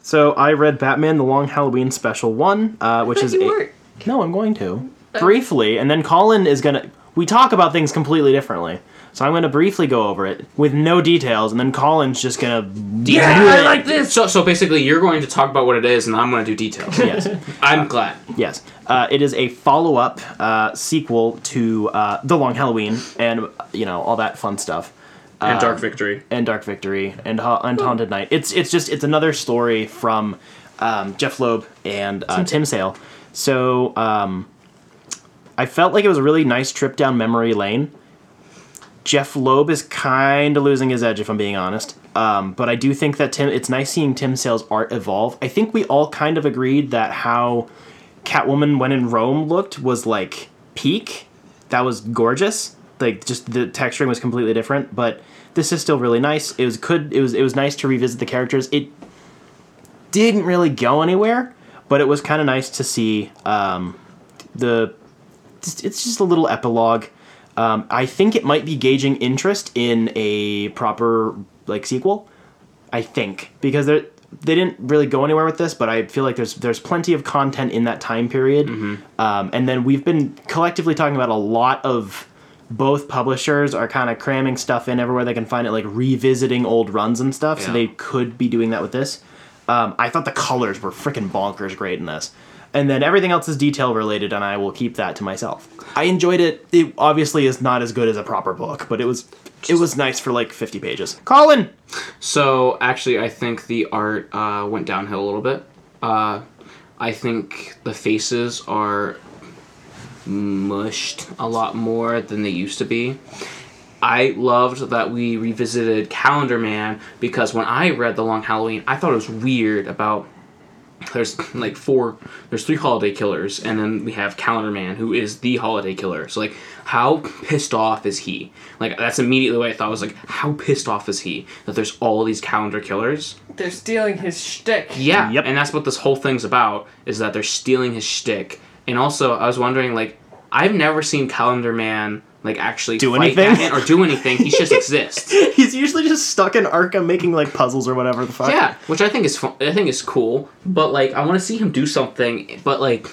Speaker 3: So I read Batman: The Long Halloween Special one, uh, which is
Speaker 2: you
Speaker 3: a-
Speaker 2: weren't. Oh.
Speaker 3: no, I'm going to briefly, and then Colin is gonna. We talk about things completely differently, so I'm gonna briefly go over it with no details, and then Colin's just gonna.
Speaker 1: Yeah, I like this. So, so basically, you're going to talk about what it is, and I'm going to do details.
Speaker 3: Yes.
Speaker 1: I'm glad.
Speaker 3: Yes, uh, it is a follow-up uh, sequel to uh, The Long Halloween, and you know all that fun stuff,
Speaker 1: And Dark Victory.
Speaker 3: and Dark Victory, and, ha- and Haunted Night. It's it's just it's another story from um, Jeff Loeb and uh, Tim Sale. So um, I felt like it was a really nice trip down memory lane. Jeff Loeb is kind of losing his edge, if I'm being honest. Um, but I do think that Tim, it's nice seeing Tim Sale's art evolve. I think we all kind of agreed that how Catwoman when in Rome looked was like peak. That was gorgeous. Like just the texturing was completely different, but this is still really nice. It was could it was it was nice to revisit the characters. It didn't really go anywhere, but it was kind of nice to see um, the just- it's just a little epilogue. Um, I think it might be gauging interest in a proper like sequel. I think because they they didn't really go anywhere with this, but I feel like there's there's plenty of content in that time period. Um, and then we've been collectively talking about a lot of both publishers are kind of cramming stuff in everywhere they can find it, like revisiting old runs and stuff. So
Speaker 1: Yeah.
Speaker 3: they could be doing that with this. Um, I thought the colors were freaking bonkers great in this. And then everything else is detail related, and I will keep that to myself. I enjoyed it. It obviously is not as good as a proper book, but it was it was nice for like 50 pages. Colin,
Speaker 1: So actually, I think the art uh, went downhill a little bit. Uh, I think the faces are mushed a lot more than they used to be. I loved that we revisited Calendar Man because when I read The Long Halloween, I thought it was weird about there's like four there's three holiday killers and then we have calendar man who is the holiday killer so like how pissed off is he like that's immediately what i thought was like how pissed off is he that there's all these calendar killers
Speaker 2: They're stealing his shtick.
Speaker 1: yeah
Speaker 3: Yep.
Speaker 1: and that's what this whole thing's about is that they're stealing his shtick and also i was wondering like i've never seen calendar man like actually
Speaker 3: Do
Speaker 1: fight
Speaker 3: anything?
Speaker 1: Batman or do anything he just exists
Speaker 3: He's usually just stuck in Arkham making like puzzles or whatever the fuck.
Speaker 1: Yeah, which I think is fun. I think is cool. But like, I want to see him do something. But like,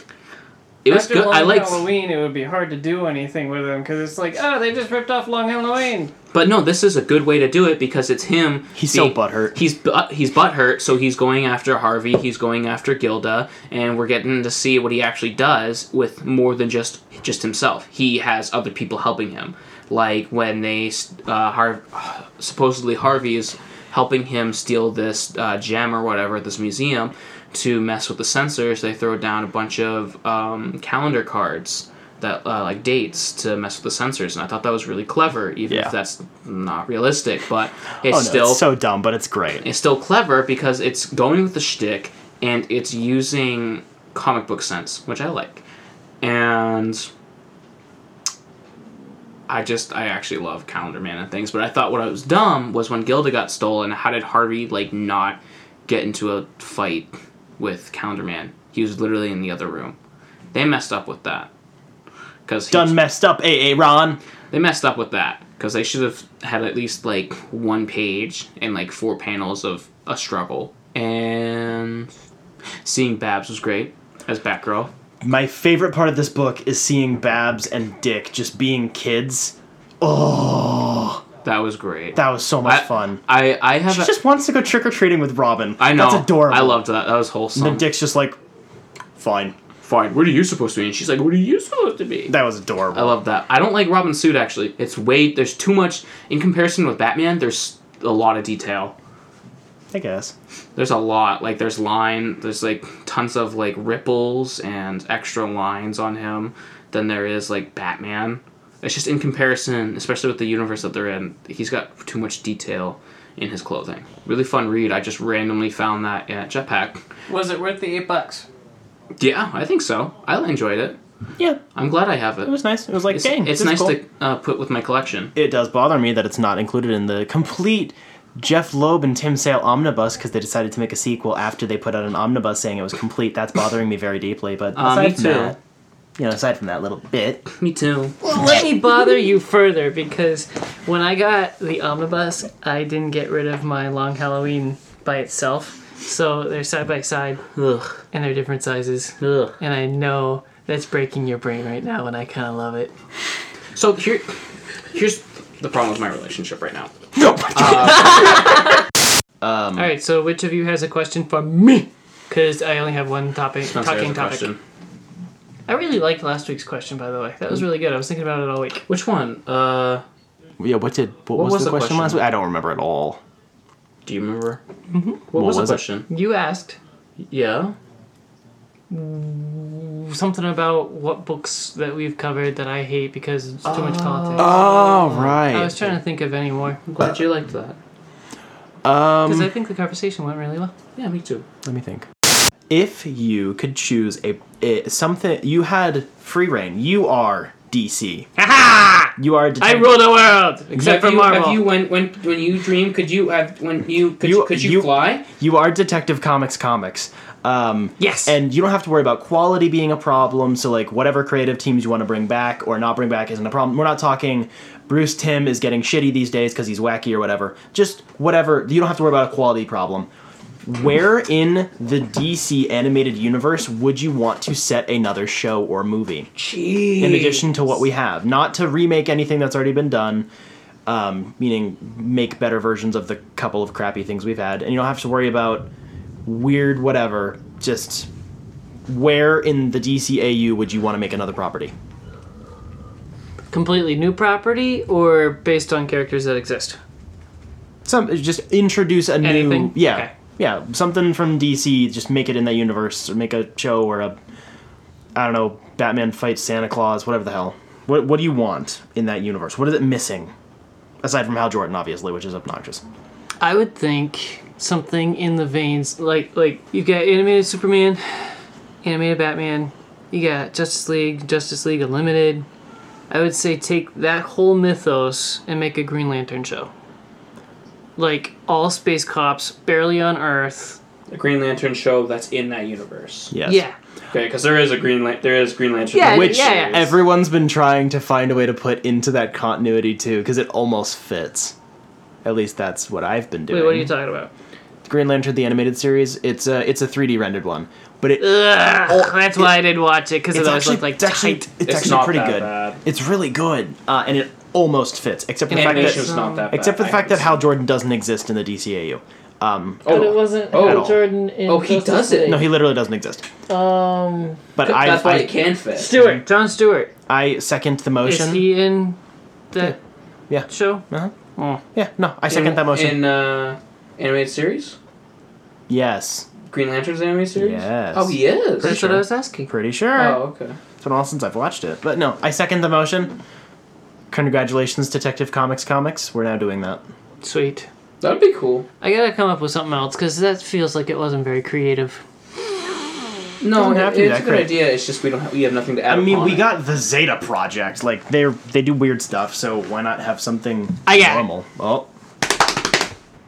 Speaker 1: it was
Speaker 2: After
Speaker 1: good.
Speaker 2: Long
Speaker 1: I liked.
Speaker 2: Halloween. It would be hard to do anything with them because it's like, oh, they just ripped off Long Halloween.
Speaker 1: But no, this is a good way to do it because it's him.
Speaker 3: He's so butthurt.
Speaker 1: He's but he's butthurt. So he's going after Harvey. He's going after Gilda, and we're getting to see what he actually does with more than just just himself. He has other people helping him, like when they uh, Har- supposedly Harvey is helping him steal this uh, gem or whatever at this museum to mess with the sensors. They throw down a bunch of um, calendar cards. That uh, like dates to mess with the sensors, and I thought that was really clever, even
Speaker 3: Yeah.
Speaker 1: if that's not realistic. But it's
Speaker 3: Oh no,
Speaker 1: still
Speaker 3: it's so dumb, but it's great.
Speaker 1: it's still clever because it's going with the shtick and it's using comic book sense, which I like. And I just I actually love Calendar Man and things, but I thought what I was dumb was when Gilda got stolen, how did Harvey like not get into a fight with Calendar Man? He was literally in the other room. They messed up with that. Cuz
Speaker 3: Done messed up, AA Ron.
Speaker 1: they messed up with that because they should have had at least like one page and like four panels of a struggle. And seeing Babs was great as Batgirl.
Speaker 3: My favorite part of this book is seeing Babs and Dick just being kids. Oh,
Speaker 1: That was great.
Speaker 3: that was so much fun.
Speaker 1: I I have.
Speaker 3: She
Speaker 1: a-
Speaker 3: just wants to go trick or treating with Robin.
Speaker 1: I know.
Speaker 3: That's adorable.
Speaker 1: I loved that. That was
Speaker 3: And
Speaker 1: wholesome.
Speaker 3: then Dick's just like, fine.
Speaker 1: Fine. What are you supposed to be? And she's like, What are you supposed to be?
Speaker 3: That was adorable.
Speaker 1: I love that. I don't like Robin's suit actually. It's way there's too much in comparison with Batman. There's a lot of detail.
Speaker 3: I guess.
Speaker 1: there's a lot like there's line there's like tons of like ripples and extra lines on him than there is like batman It's just in comparison, especially with the universe that they're in, he's got too much detail in his clothing. Really fun read. I just randomly found that at Jetpack.
Speaker 2: Was it worth the eight bucks?
Speaker 1: Yeah, I think so. I enjoyed it.
Speaker 3: Yeah,
Speaker 1: I'm glad I have it.
Speaker 3: it was nice. It was like,
Speaker 1: it's,
Speaker 3: dang,
Speaker 1: it's
Speaker 3: this is
Speaker 1: nice
Speaker 3: cool.
Speaker 1: to uh, put with my collection.
Speaker 3: It does bother me that it's not included in the complete Jeff Loeb and Tim Sale omnibus because they decided to make a sequel after they put out an omnibus saying it was complete. That's bothering me very deeply. But
Speaker 1: Uh,
Speaker 3: aside
Speaker 1: me
Speaker 3: from
Speaker 1: too.
Speaker 3: that, you know, aside from that little bit,
Speaker 1: Me too.
Speaker 2: Let me bother you further because when I got the omnibus, I didn't get rid of my long Halloween by itself. So they're side by side
Speaker 1: Ugh.
Speaker 2: and they're different sizes.
Speaker 1: Ugh.
Speaker 2: And I know that's breaking your brain right now, and I kind of love it.
Speaker 1: So here, here's the problem with my relationship right now.
Speaker 3: Uh,
Speaker 2: All right, so which of you has a question for me? Because I only have one topic,
Speaker 1: Spencer has
Speaker 2: talking
Speaker 1: a
Speaker 2: topic.
Speaker 1: question.
Speaker 2: I really liked last week's question, by the way. That was really good. I was thinking about it all week.
Speaker 1: Which one? Uh,
Speaker 3: yeah. What did what, was, the, question, last week? I don't remember at all.
Speaker 1: do you remember? Mm-hmm. What, was,
Speaker 3: was it?
Speaker 1: the question?
Speaker 2: You asked
Speaker 1: Yeah.
Speaker 2: something about what books that we've covered that I hate because it's too much politics.
Speaker 3: Oh
Speaker 2: I
Speaker 3: right.
Speaker 2: was trying to think of any more
Speaker 1: I'm glad you liked that.
Speaker 2: because
Speaker 3: Um,
Speaker 2: I think the conversation went really well.
Speaker 1: Yeah, me too.
Speaker 3: let me think. If you could choose a, a something, you had free reign. You are DC. You are. A
Speaker 2: I
Speaker 3: detective.
Speaker 2: rule the world except
Speaker 1: Have
Speaker 2: for
Speaker 1: you,
Speaker 2: Marvel.
Speaker 1: have you when when when you dream? Could you have when you could
Speaker 3: You-
Speaker 1: you, could you,
Speaker 3: you-
Speaker 1: fly?
Speaker 3: You are Detective Comics Comics. Um,
Speaker 2: Yes.
Speaker 3: And you don't have to worry about quality being a problem. So, like, whatever creative teams you want to bring back or not bring back isn't a problem. We're not talking Bruce Tim is getting shitty these days because he's wacky or whatever. Just whatever. You don't have to worry about a quality problem. Where in the DC animated universe would you want to set another show or movie? in addition to what we have. Not to remake anything that's already been done, um, meaning make better versions of the couple of crappy things we've had. And you don't have to worry about weird whatever. Just where in the DCAU would you want to make another property?
Speaker 2: Completely new property or based on characters that exist?
Speaker 3: Some just introduce a new
Speaker 2: Anything?
Speaker 3: yeah
Speaker 2: Okay.
Speaker 3: yeah something from DC. Just make it in that universe or make a show or a I don't know Batman fights Santa Claus whatever the hell. What what do you want in that universe? What is it missing? Aside from Hal Jordan, obviously, which is obnoxious.
Speaker 2: I would think something in the veins like like you got animated Superman, animated Batman, you got Justice League, Justice League Unlimited. I would say take that whole mythos and make a Green Lantern show. Like all space cops, barely on Earth.
Speaker 1: The Green Lantern show that's in that universe.
Speaker 3: Yes.
Speaker 2: Yeah.
Speaker 1: Okay, because there is a Green Lan- there is Green Lantern.
Speaker 2: Yeah,
Speaker 3: Which
Speaker 2: yeah, yeah.
Speaker 3: everyone's been trying to find a way to put into that continuity too, because it almost fits. At least that's what I've been doing.
Speaker 2: Wait, what are you talking about?
Speaker 3: Green Lantern the animated series. It's a it's a 3D rendered one, but it
Speaker 2: Ugh, that's why I didn't watch it because it
Speaker 3: it's
Speaker 2: always
Speaker 3: actually
Speaker 2: looked like
Speaker 3: it's actually,
Speaker 2: tight.
Speaker 3: it's
Speaker 1: It's
Speaker 3: actually
Speaker 1: not
Speaker 3: pretty
Speaker 1: that
Speaker 3: good.
Speaker 1: bad.
Speaker 3: It's really good, uh, and it almost fits, except for the fact
Speaker 1: Animation's
Speaker 3: that
Speaker 1: not that. Bad.
Speaker 3: except for the
Speaker 1: I
Speaker 3: fact that
Speaker 1: haven't
Speaker 3: Hal Jordan doesn't exist in the DCAU. Um,
Speaker 1: seen it. Oh,
Speaker 2: wasn't
Speaker 1: Oh. Hal
Speaker 2: Jordan in
Speaker 1: Oh, he Justice does it. League.
Speaker 3: no, he literally doesn't exist.
Speaker 2: Um,
Speaker 3: But I
Speaker 1: that's why it
Speaker 3: I,
Speaker 1: can fit.
Speaker 2: Stewart, John Stewart.
Speaker 3: I second the
Speaker 2: Is
Speaker 3: motion.
Speaker 2: he in that
Speaker 3: Yeah. Yeah.
Speaker 2: show?
Speaker 3: Uh-huh.
Speaker 2: Oh.
Speaker 3: Yeah, no, I second
Speaker 1: in,
Speaker 3: that motion.
Speaker 1: in uh, animated series.
Speaker 3: yes,
Speaker 1: Green Lantern's animated series.
Speaker 3: Yes.
Speaker 1: Oh, he is.
Speaker 2: That's what I was asking.
Speaker 3: pretty sure.
Speaker 1: Oh, okay.
Speaker 3: It's been a while since I've watched it, but no, I second the motion. Congratulations, Detective Comics Comics. We're now doing that.
Speaker 2: Sweet.
Speaker 1: That'd be cool.
Speaker 2: I gotta come up with something else because that feels like it wasn't very creative.
Speaker 1: No,
Speaker 3: Doesn't have to be
Speaker 1: it's
Speaker 3: that
Speaker 1: a good
Speaker 3: great.
Speaker 1: idea. It's just we don't have, we have nothing to add.
Speaker 3: I mean,
Speaker 1: upon
Speaker 3: we
Speaker 1: it.
Speaker 3: got the Zeta Project. Like they're they do weird stuff, so why not have something
Speaker 2: I got it.
Speaker 3: normal? Oh,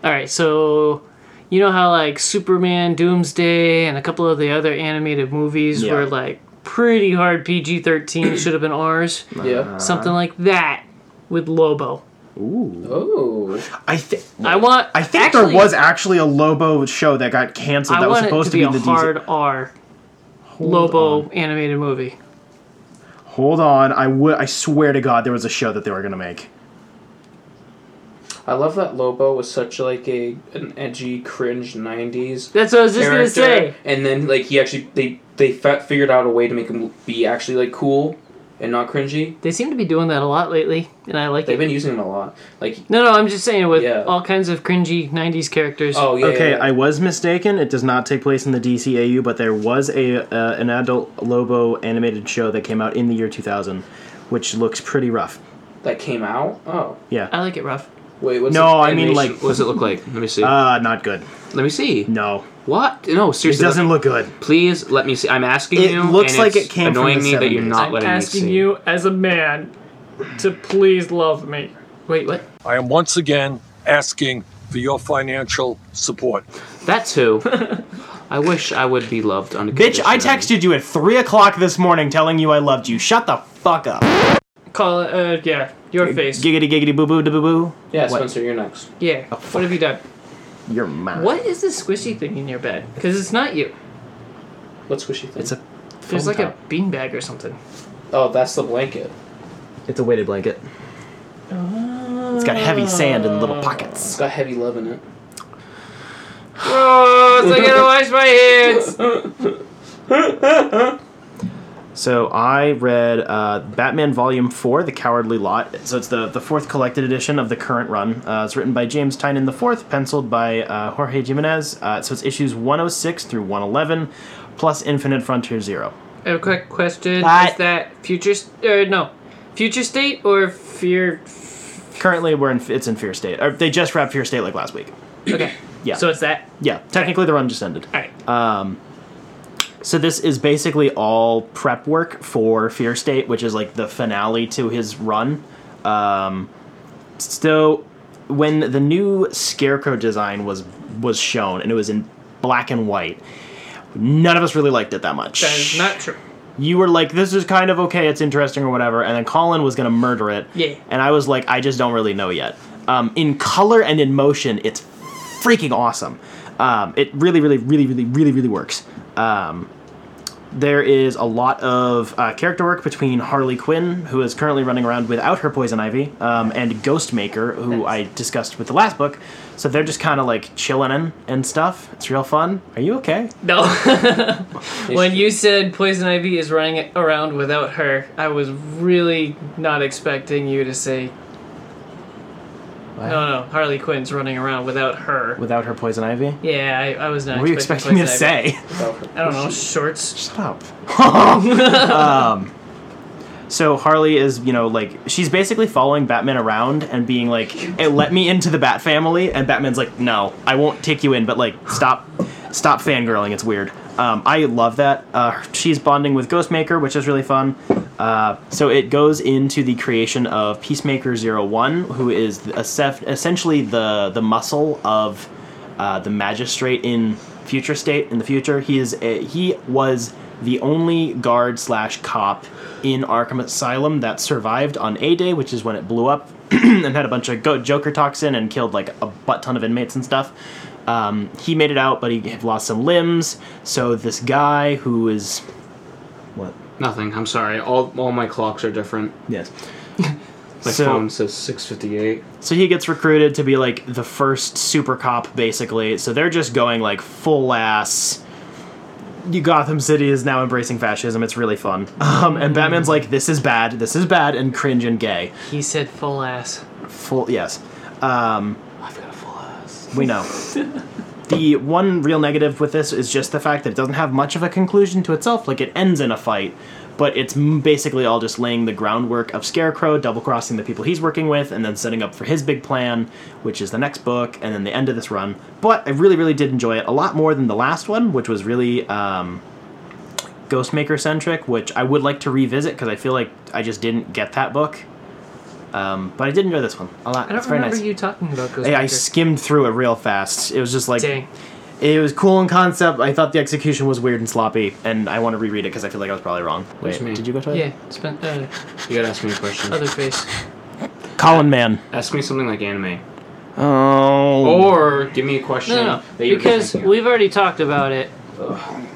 Speaker 2: All right, so you know how like Superman, Doomsday, and a couple of the other animated movies
Speaker 3: Yeah.
Speaker 2: were like pretty hard PG thirteen, should have been R's,
Speaker 1: yeah.
Speaker 2: something like that with Lobo.
Speaker 1: oh,
Speaker 3: I think
Speaker 2: I want.
Speaker 3: I think
Speaker 2: actually,
Speaker 3: there was actually a Lobo show that got canceled.
Speaker 2: I
Speaker 3: that was
Speaker 2: want
Speaker 3: supposed
Speaker 2: it to be,
Speaker 3: in
Speaker 2: a
Speaker 3: the
Speaker 2: hard
Speaker 3: DC.
Speaker 2: R. Lobo animated movie.
Speaker 3: Hold on, I would. I swear to God, there was a show that they were gonna make.
Speaker 1: I love that Lobo was such like a an edgy, cringe '90s.
Speaker 2: That's what I was just
Speaker 1: character,
Speaker 2: gonna say.
Speaker 1: and then like he actually they they fa- figured out a way to make him be actually like cool and not cringy.
Speaker 2: They seem to be doing that a lot lately, and I like it.
Speaker 1: They've been using him a lot. Like,
Speaker 2: No, no, I'm just saying with
Speaker 1: Yeah.
Speaker 2: all kinds of cringy '90s characters.
Speaker 1: oh yeah.
Speaker 3: okay,
Speaker 1: yeah, yeah.
Speaker 3: I was mistaken. It does not take place in the DCAU, but there was a uh, an adult Lobo animated show that came out in the year 2000 which looks pretty rough.
Speaker 1: That came out. Oh,
Speaker 3: Yeah.
Speaker 2: I like it rough.
Speaker 1: wait. What's
Speaker 3: No,
Speaker 1: its
Speaker 3: I mean,
Speaker 1: animation-
Speaker 3: like-
Speaker 1: What does it look like? Let me see.
Speaker 3: Uh, not good.
Speaker 1: let me see.
Speaker 3: No.
Speaker 1: What? No,
Speaker 3: It
Speaker 1: seriously.
Speaker 3: doesn't look good.
Speaker 1: Please let me see. I'm asking
Speaker 3: It
Speaker 1: you.
Speaker 3: looks
Speaker 1: and
Speaker 3: like
Speaker 1: it's
Speaker 3: it came from
Speaker 1: annoying
Speaker 3: the
Speaker 1: me that you're
Speaker 3: 70s.
Speaker 1: not letting me see.
Speaker 2: as a man to please love me. Wait, what?
Speaker 8: I am once again asking for your financial support.
Speaker 1: That's who. I wish I would be loved
Speaker 3: Bitch,
Speaker 1: unconditionally.
Speaker 3: I texted you at 3 o'clock this morning telling you I loved you. Shut the fuck up.
Speaker 2: Call it, uh, yeah, your face.
Speaker 3: Giggity giggity boo boo da boo boo.
Speaker 1: Yeah,
Speaker 3: What?
Speaker 1: Spencer, you're next.
Speaker 2: Yeah. What have you done?
Speaker 3: You're mine.
Speaker 2: What is this squishy thing in your bed? Because it's not you.
Speaker 1: What's squishy thing?
Speaker 3: It's a.
Speaker 2: There's
Speaker 3: foam
Speaker 2: like
Speaker 3: top.
Speaker 2: a beanbag or something.
Speaker 1: oh, that's the blanket.
Speaker 3: It's a weighted blanket. It's got heavy sand and little pockets.
Speaker 1: It's got heavy love in it.
Speaker 2: Oh, I gotta wash my hands.
Speaker 3: So I read uh, Batman Volume Four, The Cowardly Lot. So it's the the fourth collected edition of the current run. Uh, it's written by James Tynan the fourth, penciled by uh, Jorge Jimenez. Uh, so it's issues 106 through 111, plus Infinite Frontier Zero.
Speaker 2: I have a quick question.
Speaker 3: What?
Speaker 2: Is that future? St- or no, future state or fear?
Speaker 3: Currently, we're in it's in Fear State. Or they just wrapped Fear State like last week.
Speaker 2: Okay.
Speaker 3: Yeah.
Speaker 2: So it's that.
Speaker 3: Yeah, technically the run just ended.
Speaker 2: All right.
Speaker 1: Uh,
Speaker 3: So this is basically all prep work for Fear State, which is like the finale to his run. Um, so when the new Scarecrow design was was shown, and it was in black and white, none of us really liked it that much.
Speaker 2: that is not true.
Speaker 3: you were like, "This is kind of okay, it's interesting or whatever," and then Colin was gonna murder it.
Speaker 2: Yeah.
Speaker 3: And I was like, "I just don't really know yet." Um, in color and in motion, it's freaking awesome. Um, it really, really, really, really, really, really works. Um, there is a lot of uh, character work between Harley Quinn, who is currently running around without her poison ivy, um, and Ghostmaker, who I discussed with the last book. So they're just kind of like chilling and stuff. It's real fun. Are you okay?
Speaker 2: No. when you said Poison Ivy is running around without her, I was really not expecting you to say. No, no, Harley Quinn's running around without her.
Speaker 3: Without her poison ivy.
Speaker 2: yeah, I, I was not.
Speaker 3: What were you expecting me to
Speaker 2: Poison Ivy.
Speaker 3: say?
Speaker 2: I don't know, shorts.
Speaker 3: Shut up. um, so Harley is, you know, like she's basically following Batman around and being like, "Hey, let me into the Bat family," and Batman's like, "No, I won't take you in." But like, stop, stop fangirling. It's weird. Um, I love that. Uh, she's bonding with Ghostmaker, which is really fun. Uh, so it goes into the creation of Peacemaker 01, who is the- esef- essentially the the muscle of uh, the magistrate in future state in the future. He is a, he was the only guard slash cop in Arkham Asylum that survived on A Day, which is when it blew up and had a bunch of go- Joker toxin and killed like a butt ton of inmates and stuff. Um, he made it out, but he had lost some limbs. So this guy who is what?
Speaker 1: Nothing. I'm sorry. All all my clocks are different.
Speaker 3: Yes.
Speaker 1: My
Speaker 3: So-
Speaker 1: phone says 6:58.
Speaker 3: So he gets recruited to be like the first super cop, basically. So they're just going like full ass. You Gotham City is now embracing fascism. It's really fun. Um, and Batman's like, this is bad, this is bad, and cringe and gay.
Speaker 2: He said full ass.
Speaker 3: Full yes. Um, I've got a full ass. We know. the one real negative with this is just the fact that it doesn't have much of a conclusion to itself. Like it ends in a fight, but it's m- basically all just laying the groundwork of Scarecrow double crossing the people he's working with, and then setting up for his big plan, which is the next book, and then the end of this run. But I really, really did enjoy it a lot more than the last one, which was really. Um, Ghostmaker centric, which I would like to revisit because I feel like I just didn't get that book. Um, but I did enjoy this one a lot.
Speaker 2: I don't
Speaker 3: it's very
Speaker 2: remember
Speaker 3: nice.
Speaker 2: you talking about Ghostbusters.
Speaker 3: I, I skimmed through it real fast. It was just like
Speaker 2: Dang.
Speaker 3: it was cool in concept. I thought the execution was weird and sloppy, and I want to reread it because I feel like I was probably wrong. Wait,
Speaker 1: me.
Speaker 3: did you go to it?
Speaker 2: Yeah, spent uh,
Speaker 1: You gotta ask me a question.
Speaker 2: other face.
Speaker 3: Colin Man.
Speaker 1: Ask me something like anime,
Speaker 3: Oh.
Speaker 1: or give me a question
Speaker 2: No, no,
Speaker 1: that
Speaker 2: no.
Speaker 1: you're
Speaker 2: because
Speaker 1: thinking of.
Speaker 2: we've already talked about it.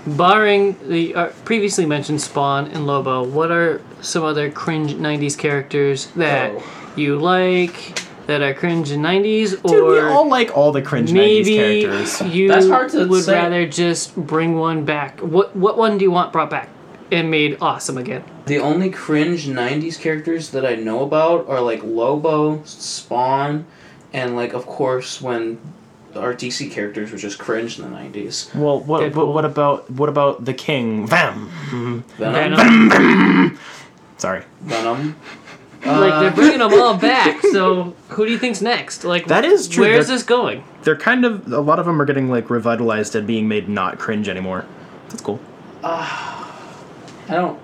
Speaker 2: Barring the uh, previously mentioned Spawn and Lobo, what are some other cringe '90s characters that
Speaker 1: Oh.
Speaker 2: you like that are cringe in '90s,
Speaker 3: Dude, we
Speaker 2: or
Speaker 3: all like all the cringe 90s
Speaker 2: maybe
Speaker 3: characters.
Speaker 2: you
Speaker 1: That's hard to
Speaker 2: would
Speaker 1: say.
Speaker 2: rather just bring one back? What what one do you want brought back and made awesome again?
Speaker 1: The only cringe '90s characters that I know about are like Lobo, Spawn, and like of course when our DC characters were just cringe in the '90s.
Speaker 3: Well, what,
Speaker 2: Deadpool.
Speaker 3: Um, what, what about what about the king? Vam.
Speaker 1: Venom.
Speaker 2: Venom.
Speaker 3: Sorry.
Speaker 9: Venom.
Speaker 2: like they're bringing them all back. So who do you think's next? Like
Speaker 3: That is true.
Speaker 2: Where is
Speaker 3: They're-
Speaker 2: this going?
Speaker 3: They're kind of a lot of them are getting like revitalized and being made not cringe anymore. That's cool.
Speaker 9: I don't.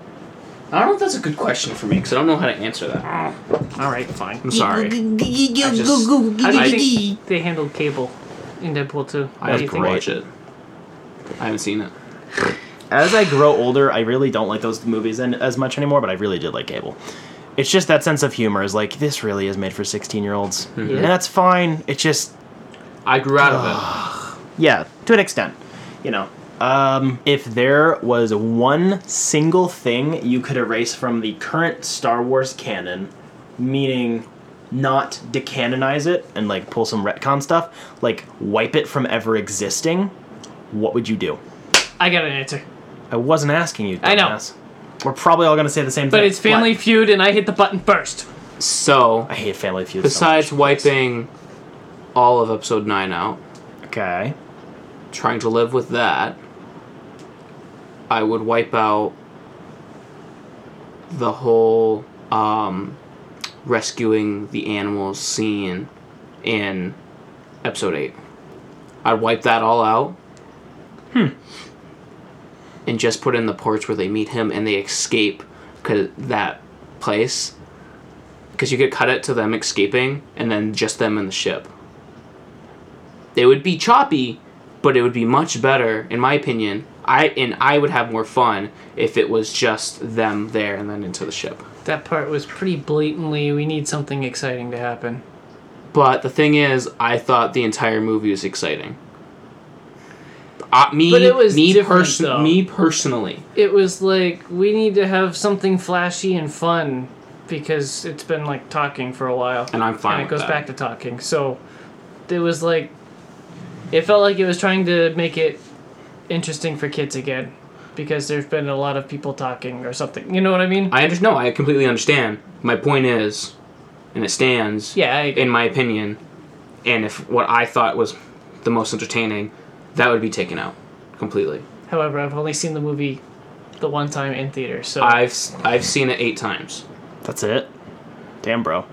Speaker 9: I don't know if that's a good question for me because I don't know how to answer that.
Speaker 2: All right, fine.
Speaker 9: I'm sorry. I just-
Speaker 2: How do you
Speaker 9: I-
Speaker 2: think they handled Cable in Deadpool 2?
Speaker 9: I have
Speaker 2: do
Speaker 9: to
Speaker 2: you
Speaker 3: great.
Speaker 9: watch it. I haven't seen it.
Speaker 3: As I grow older, I really don't like those movies an- as much anymore, but I really did like Cable. It's just that sense of humor is like this really is made for 16 year olds. And that's fine. It's just
Speaker 9: I grew out
Speaker 1: Ah.
Speaker 9: of it.
Speaker 3: yeah, to an extent, you know. Um, if there was one single thing you could erase from the current Star Wars canon, meaning not decanonize it and like pull some retcon stuff, like wipe it from ever existing, what would you do?
Speaker 2: I got an answer.
Speaker 3: I wasn't asking you.
Speaker 2: I know.
Speaker 3: dumbass. We're probably all gonna say the same thing.
Speaker 2: But it's Family
Speaker 3: What?
Speaker 2: Feud, and I hit the button first.
Speaker 9: So,
Speaker 3: I hate Family Feud. so
Speaker 9: besides
Speaker 3: much.
Speaker 9: wiping all of episode nine out,
Speaker 3: okay,
Speaker 9: trying to live with that, I would wipe out the whole um, rescuing the animals scene in episode 8. I'd wipe that all out. And just put in the parts where they meet him and they escape cause that place. Because you could cut it to them escaping and then just them in the ship. It would be choppy, but it would be much better, in my opinion. I and I would have more fun if it was just them there and then into the ship.
Speaker 2: That part was pretty blatantly. We need something exciting to happen.
Speaker 9: But the thing is, I thought the entire movie was exciting. Uh, me,
Speaker 2: But it was
Speaker 9: me,
Speaker 2: different,
Speaker 9: perso-
Speaker 2: though.
Speaker 9: me personally.
Speaker 2: It was like we need to have something flashy and fun because it's been like talking for a while.
Speaker 9: And I'm
Speaker 2: And
Speaker 9: fine
Speaker 2: it
Speaker 9: with
Speaker 2: goes
Speaker 9: that.
Speaker 2: back to talking. So it was like it felt like it was trying to make it interesting for kids again because there's been a lot of people talking or something. You know what I mean?
Speaker 9: I understand. No, I completely understand. My point is, and it stands.
Speaker 2: yeah, I agree.
Speaker 9: in my opinion, and if what I thought was the most entertaining, that would be taken out completely.
Speaker 2: However, I've only seen the movie the one time in theater, so
Speaker 9: I've s- I've seen it eight times,
Speaker 3: that's it. Damn, bro.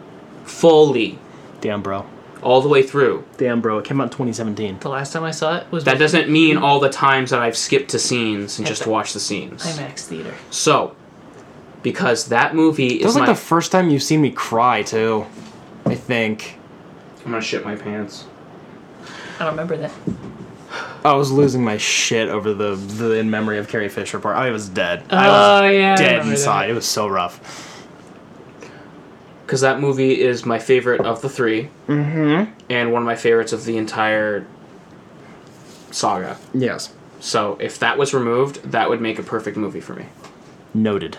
Speaker 9: fully,
Speaker 3: Damn, bro.
Speaker 9: all the way through.
Speaker 3: Damn, bro. It came out in 2017.
Speaker 2: the last time I saw it was
Speaker 9: That doesn't mean all the times that I've skipped to scenes and just watched the scenes.
Speaker 2: IMAX theater.
Speaker 9: So, because that movie
Speaker 3: That was
Speaker 9: is
Speaker 3: like
Speaker 9: my,
Speaker 3: the first time you've seen me cry too. I think
Speaker 9: I'm gonna shit my pants.
Speaker 2: I don't remember that.
Speaker 3: I was losing my shit over the the in memory of Carrie Fisher part. I was dead. I
Speaker 2: Oh
Speaker 3: was
Speaker 2: yeah, I
Speaker 3: dead
Speaker 2: remember that.
Speaker 3: inside. It was so rough.
Speaker 9: Because that movie is my favorite of the 3 mm-hmm. and one of my favorites of the entire saga.
Speaker 3: Yes.
Speaker 9: So, if that was removed, that would make a perfect movie for me.
Speaker 3: Noted.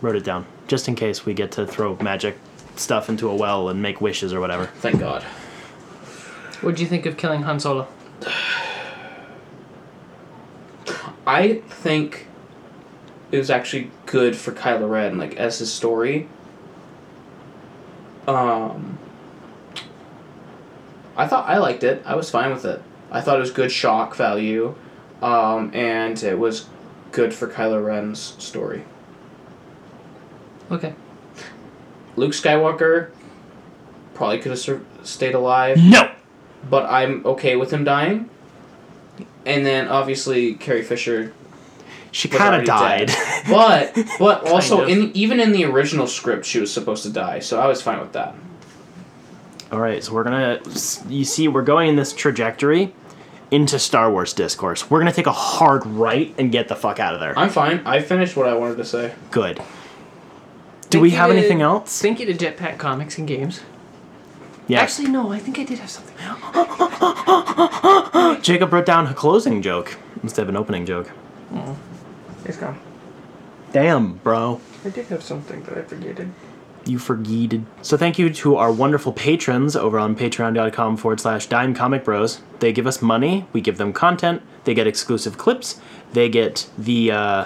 Speaker 3: Wrote it down just in case we get to throw magic stuff into a well and make wishes or whatever.
Speaker 9: Thank God.
Speaker 2: What'd you think of killing Han Solo?
Speaker 9: I think it was actually good for Kylo Ren, like as his story. Um, I thought I liked it. I was fine with it. I thought it was good shock value, um, and it was good for Kylo Ren's story.
Speaker 2: Okay.
Speaker 9: Luke Skywalker probably could have sur- stayed alive,
Speaker 3: No.
Speaker 9: but I'm okay with him dying. And then obviously Carrie Fisher
Speaker 3: She
Speaker 9: was
Speaker 3: kind of
Speaker 9: already
Speaker 3: died.
Speaker 9: dead. but but also
Speaker 2: of.
Speaker 9: in even in the original script, she was supposed to die, so I was fine with that.
Speaker 3: All right, so we're gonna. You see, we're going in this trajectory into Star Wars discourse. We're gonna take a hard right and get the fuck out of there.
Speaker 9: I'm fine. I finished what I wanted to say.
Speaker 3: Good. Do we have anything else?
Speaker 2: Thank you to Jetpack Comics and Games.
Speaker 3: Yeah.
Speaker 2: Actually, no. I think I did have something.
Speaker 3: Jacob wrote down a closing joke instead of an opening joke.
Speaker 2: It's gone.
Speaker 3: Damn, bro.
Speaker 2: I did have something that I forget.
Speaker 3: You forgeeted. So thank you to our wonderful patrons over on patreon.com forward slash dime comic bros. They give us money, we give them content, they get exclusive clips, they get the uh,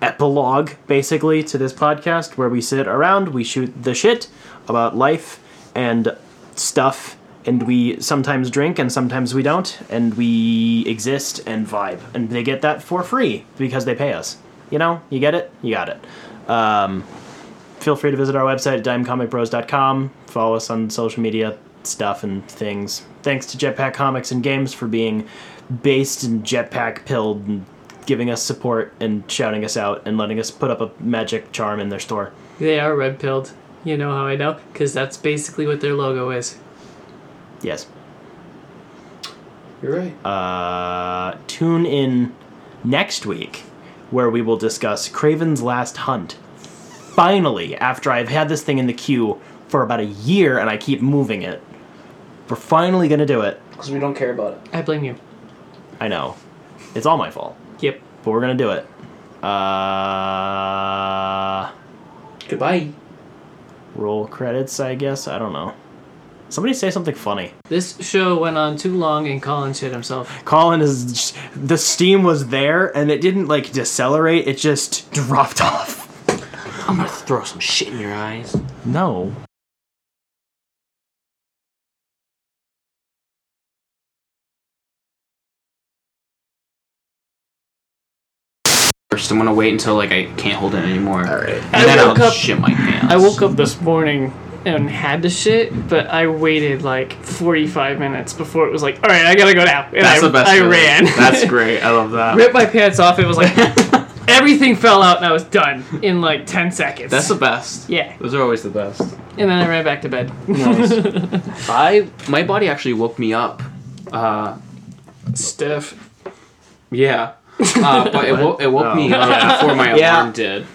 Speaker 3: epilogue basically to this podcast where we sit around, we shoot the shit about life and stuff, and we sometimes drink and sometimes we don't, and we exist and vibe. And they get that for free because they pay us. You know, you get it? You got it. Um, feel free to visit our website at dimecomicbros.com. Follow us on social media stuff and things. Thanks to Jetpack Comics and Games for being based and jetpack pilled and giving us support and shouting us out and letting us put up a magic charm in their store.
Speaker 2: They are red pilled. You know how I know? Because that's basically what their logo is.
Speaker 3: Yes.
Speaker 9: You're right.
Speaker 3: Uh, tune in next week where we will discuss Craven's Last Hunt. Finally, after I've had this thing in the queue for about a year and I keep moving it, we're finally going to do it.
Speaker 9: Because we don't care about it.
Speaker 2: I blame you.
Speaker 3: I know. It's all my fault,
Speaker 2: Yep.
Speaker 3: but we're going to do it. Uh,
Speaker 9: Goodbye.
Speaker 3: roll credits, I guess. I don't know. Somebody say something funny.
Speaker 2: This show went on too long and Colin shit himself.
Speaker 3: Colin is the steam was there and it didn't like decelerate, it just dropped off.
Speaker 9: I'm gonna throw some shit in your eyes.
Speaker 3: No.
Speaker 9: First, I'm gonna wait until like I can't hold it anymore. Alright. And
Speaker 2: I
Speaker 9: then
Speaker 2: woke
Speaker 9: I'll
Speaker 2: up-
Speaker 9: shit my pants.
Speaker 2: I woke up this morning and had to shit, but I waited like 45 minutes before it was like, all right, I gotta go now. And
Speaker 9: That's
Speaker 2: I,
Speaker 9: the best.
Speaker 2: I
Speaker 9: feeling.
Speaker 2: ran.
Speaker 9: That's great. I love that.
Speaker 2: Ripped my pants off. It was like, everything fell out and I was done in like 10 seconds.
Speaker 9: That's the best.
Speaker 2: Yeah.
Speaker 9: Those are always the best.
Speaker 2: and then I ran back to bed.
Speaker 9: I my body actually woke me up. Uh,
Speaker 2: Stiff.
Speaker 9: yeah. Uh, but it, wo- it woke me
Speaker 3: Oh.
Speaker 9: up before my
Speaker 3: Yeah.
Speaker 9: alarm did.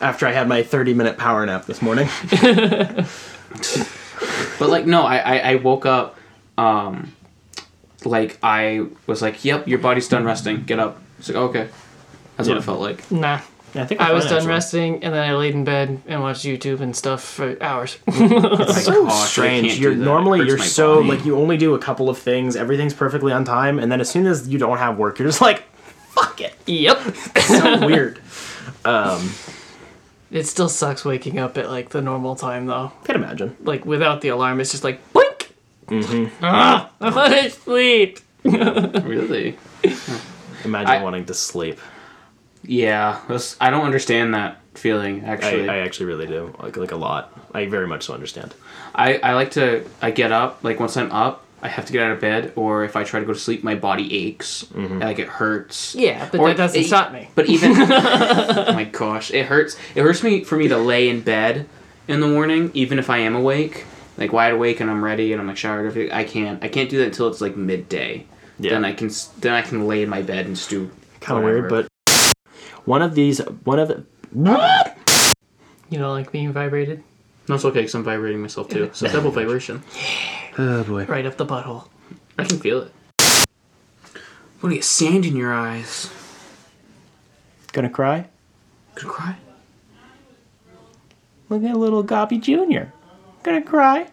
Speaker 3: After I had my 30 minute power nap this morning.
Speaker 9: But like no, I I, I woke up. Um, like I was like, yep, your body's done resting. Get up. It's like okay. That's what
Speaker 3: Yeah.
Speaker 9: it felt like.
Speaker 2: Nah.
Speaker 3: I think
Speaker 2: I was done resting and then I laid in bed and watched YouTube and stuff for hours.
Speaker 3: It's
Speaker 9: Like,
Speaker 3: so
Speaker 9: oh, I
Speaker 3: strange.
Speaker 9: can't
Speaker 3: You're
Speaker 9: do that. It
Speaker 3: normally
Speaker 9: hurts
Speaker 3: you're
Speaker 9: my
Speaker 3: so
Speaker 9: body.
Speaker 3: like you only do a couple of things. Everything's perfectly on time, and then as soon as you don't have work, you're just like, fuck it.
Speaker 2: yep.
Speaker 3: So weird.
Speaker 2: It still sucks waking up at like the normal time though.
Speaker 3: Can't imagine.
Speaker 2: like without the alarm, it's just like boink.
Speaker 9: Mm-hmm.
Speaker 2: Ah, I want to sleep.
Speaker 9: Really?
Speaker 3: Imagine
Speaker 9: I-
Speaker 3: wanting to sleep.
Speaker 9: Yeah. That's, I don't understand that feeling
Speaker 3: I,
Speaker 9: actually.
Speaker 3: I actually really do. Like like a lot. I very much so understand.
Speaker 9: I, I like to I get up like once I'm up I have to get out of bed or if I try to go to sleep my body aches
Speaker 3: Mm-hmm.
Speaker 9: and, like it hurts
Speaker 2: Yeah, but
Speaker 9: Or
Speaker 2: that doesn't
Speaker 9: it-
Speaker 2: stop me.
Speaker 9: but even oh my gosh it hurts it hurts me for me to lay in bed in the morning even if I am awake like wide awake and I'm ready and I'm like showered everything, I can't I can't do that until it's like midday
Speaker 3: Yeah.
Speaker 9: then I can s- then I can lay in my bed and stew
Speaker 3: Kind of weird, but
Speaker 9: whatever.
Speaker 3: one of these one of the
Speaker 2: You know, like being vibrated
Speaker 9: no it's okay because I'm vibrating myself too so double vibration
Speaker 3: oh boy.
Speaker 2: right up the butthole.
Speaker 9: I can feel it I'm gonna get sand in your eyes
Speaker 3: Gonna cry?
Speaker 9: could cry
Speaker 3: Look at little Goppy Junior. Gonna cry.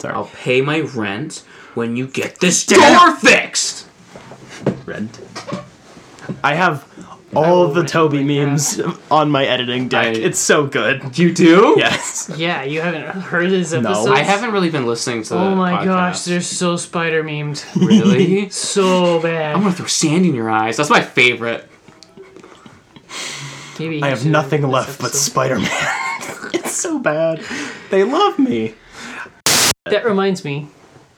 Speaker 3: Sorry.
Speaker 9: I'll pay my rent when you get this door fixed.
Speaker 3: Rent. I have all the Toby memes on my editing deck.
Speaker 9: I-
Speaker 3: it's so good.
Speaker 9: You do? Yeah.
Speaker 3: Yes.
Speaker 2: Yeah, you haven't heard his episodes.
Speaker 9: I haven't really been listening to.
Speaker 2: Oh
Speaker 9: the
Speaker 2: my gosh,
Speaker 9: podcast.
Speaker 2: they're so spider memed,
Speaker 9: really.
Speaker 2: so bad.
Speaker 9: I'm gonna throw sand in your eyes. That's my favorite.
Speaker 2: Maybe
Speaker 3: I have nothing left but Spider Man. it's so bad. They love me.
Speaker 2: that reminds me.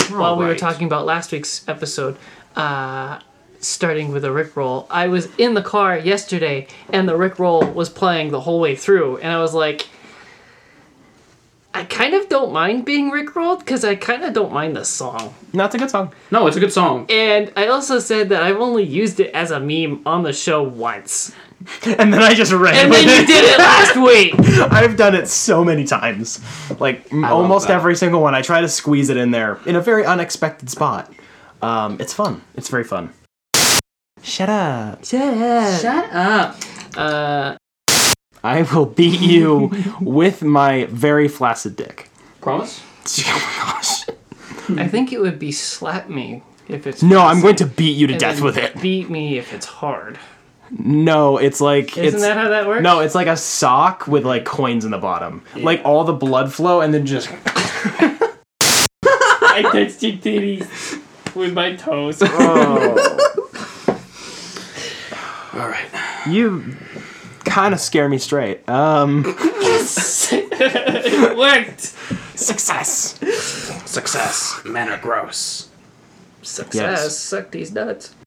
Speaker 2: While we were
Speaker 9: Alright.
Speaker 2: talking about last week's episode, uh, starting with a Rickroll, I was in the car yesterday and the Rickroll was playing the whole way through, and I was like, I kind of don't mind being Rickrolled because I kind of don't mind the song.
Speaker 3: No, it's a good song.
Speaker 9: No, it's a good song.
Speaker 2: And I also said that I've only used it as a meme on the show once.
Speaker 3: And then I just
Speaker 2: And
Speaker 3: randomly.
Speaker 2: then you did it last week!
Speaker 3: I've done it so many times. Like m-
Speaker 9: love
Speaker 3: almost
Speaker 9: that.
Speaker 3: every single one. I try to squeeze it in there in a very unexpected spot. Um, it's fun. It's very fun. Shut up.
Speaker 2: Shut up. Uh,
Speaker 3: I will beat you with my very flaccid dick.
Speaker 9: Promise.
Speaker 3: Oh my gosh.
Speaker 2: I think it would be slap me if it's.
Speaker 3: No, I'm going to beat you to death
Speaker 2: then
Speaker 3: with it.
Speaker 2: Beat me if it's hard.
Speaker 3: No, it's like
Speaker 2: Isn't
Speaker 3: it's
Speaker 2: that how that works?
Speaker 3: no, it's like a sock with like coins in the bottom, like all the blood flow, and then just
Speaker 2: I touched your titties with my toes.
Speaker 9: All right.
Speaker 3: Oh. You kind of scare me straight. Um,
Speaker 2: It worked.
Speaker 3: success. Success.
Speaker 1: Men are gross.
Speaker 2: Success.
Speaker 3: Yes.
Speaker 2: Suck these nuts.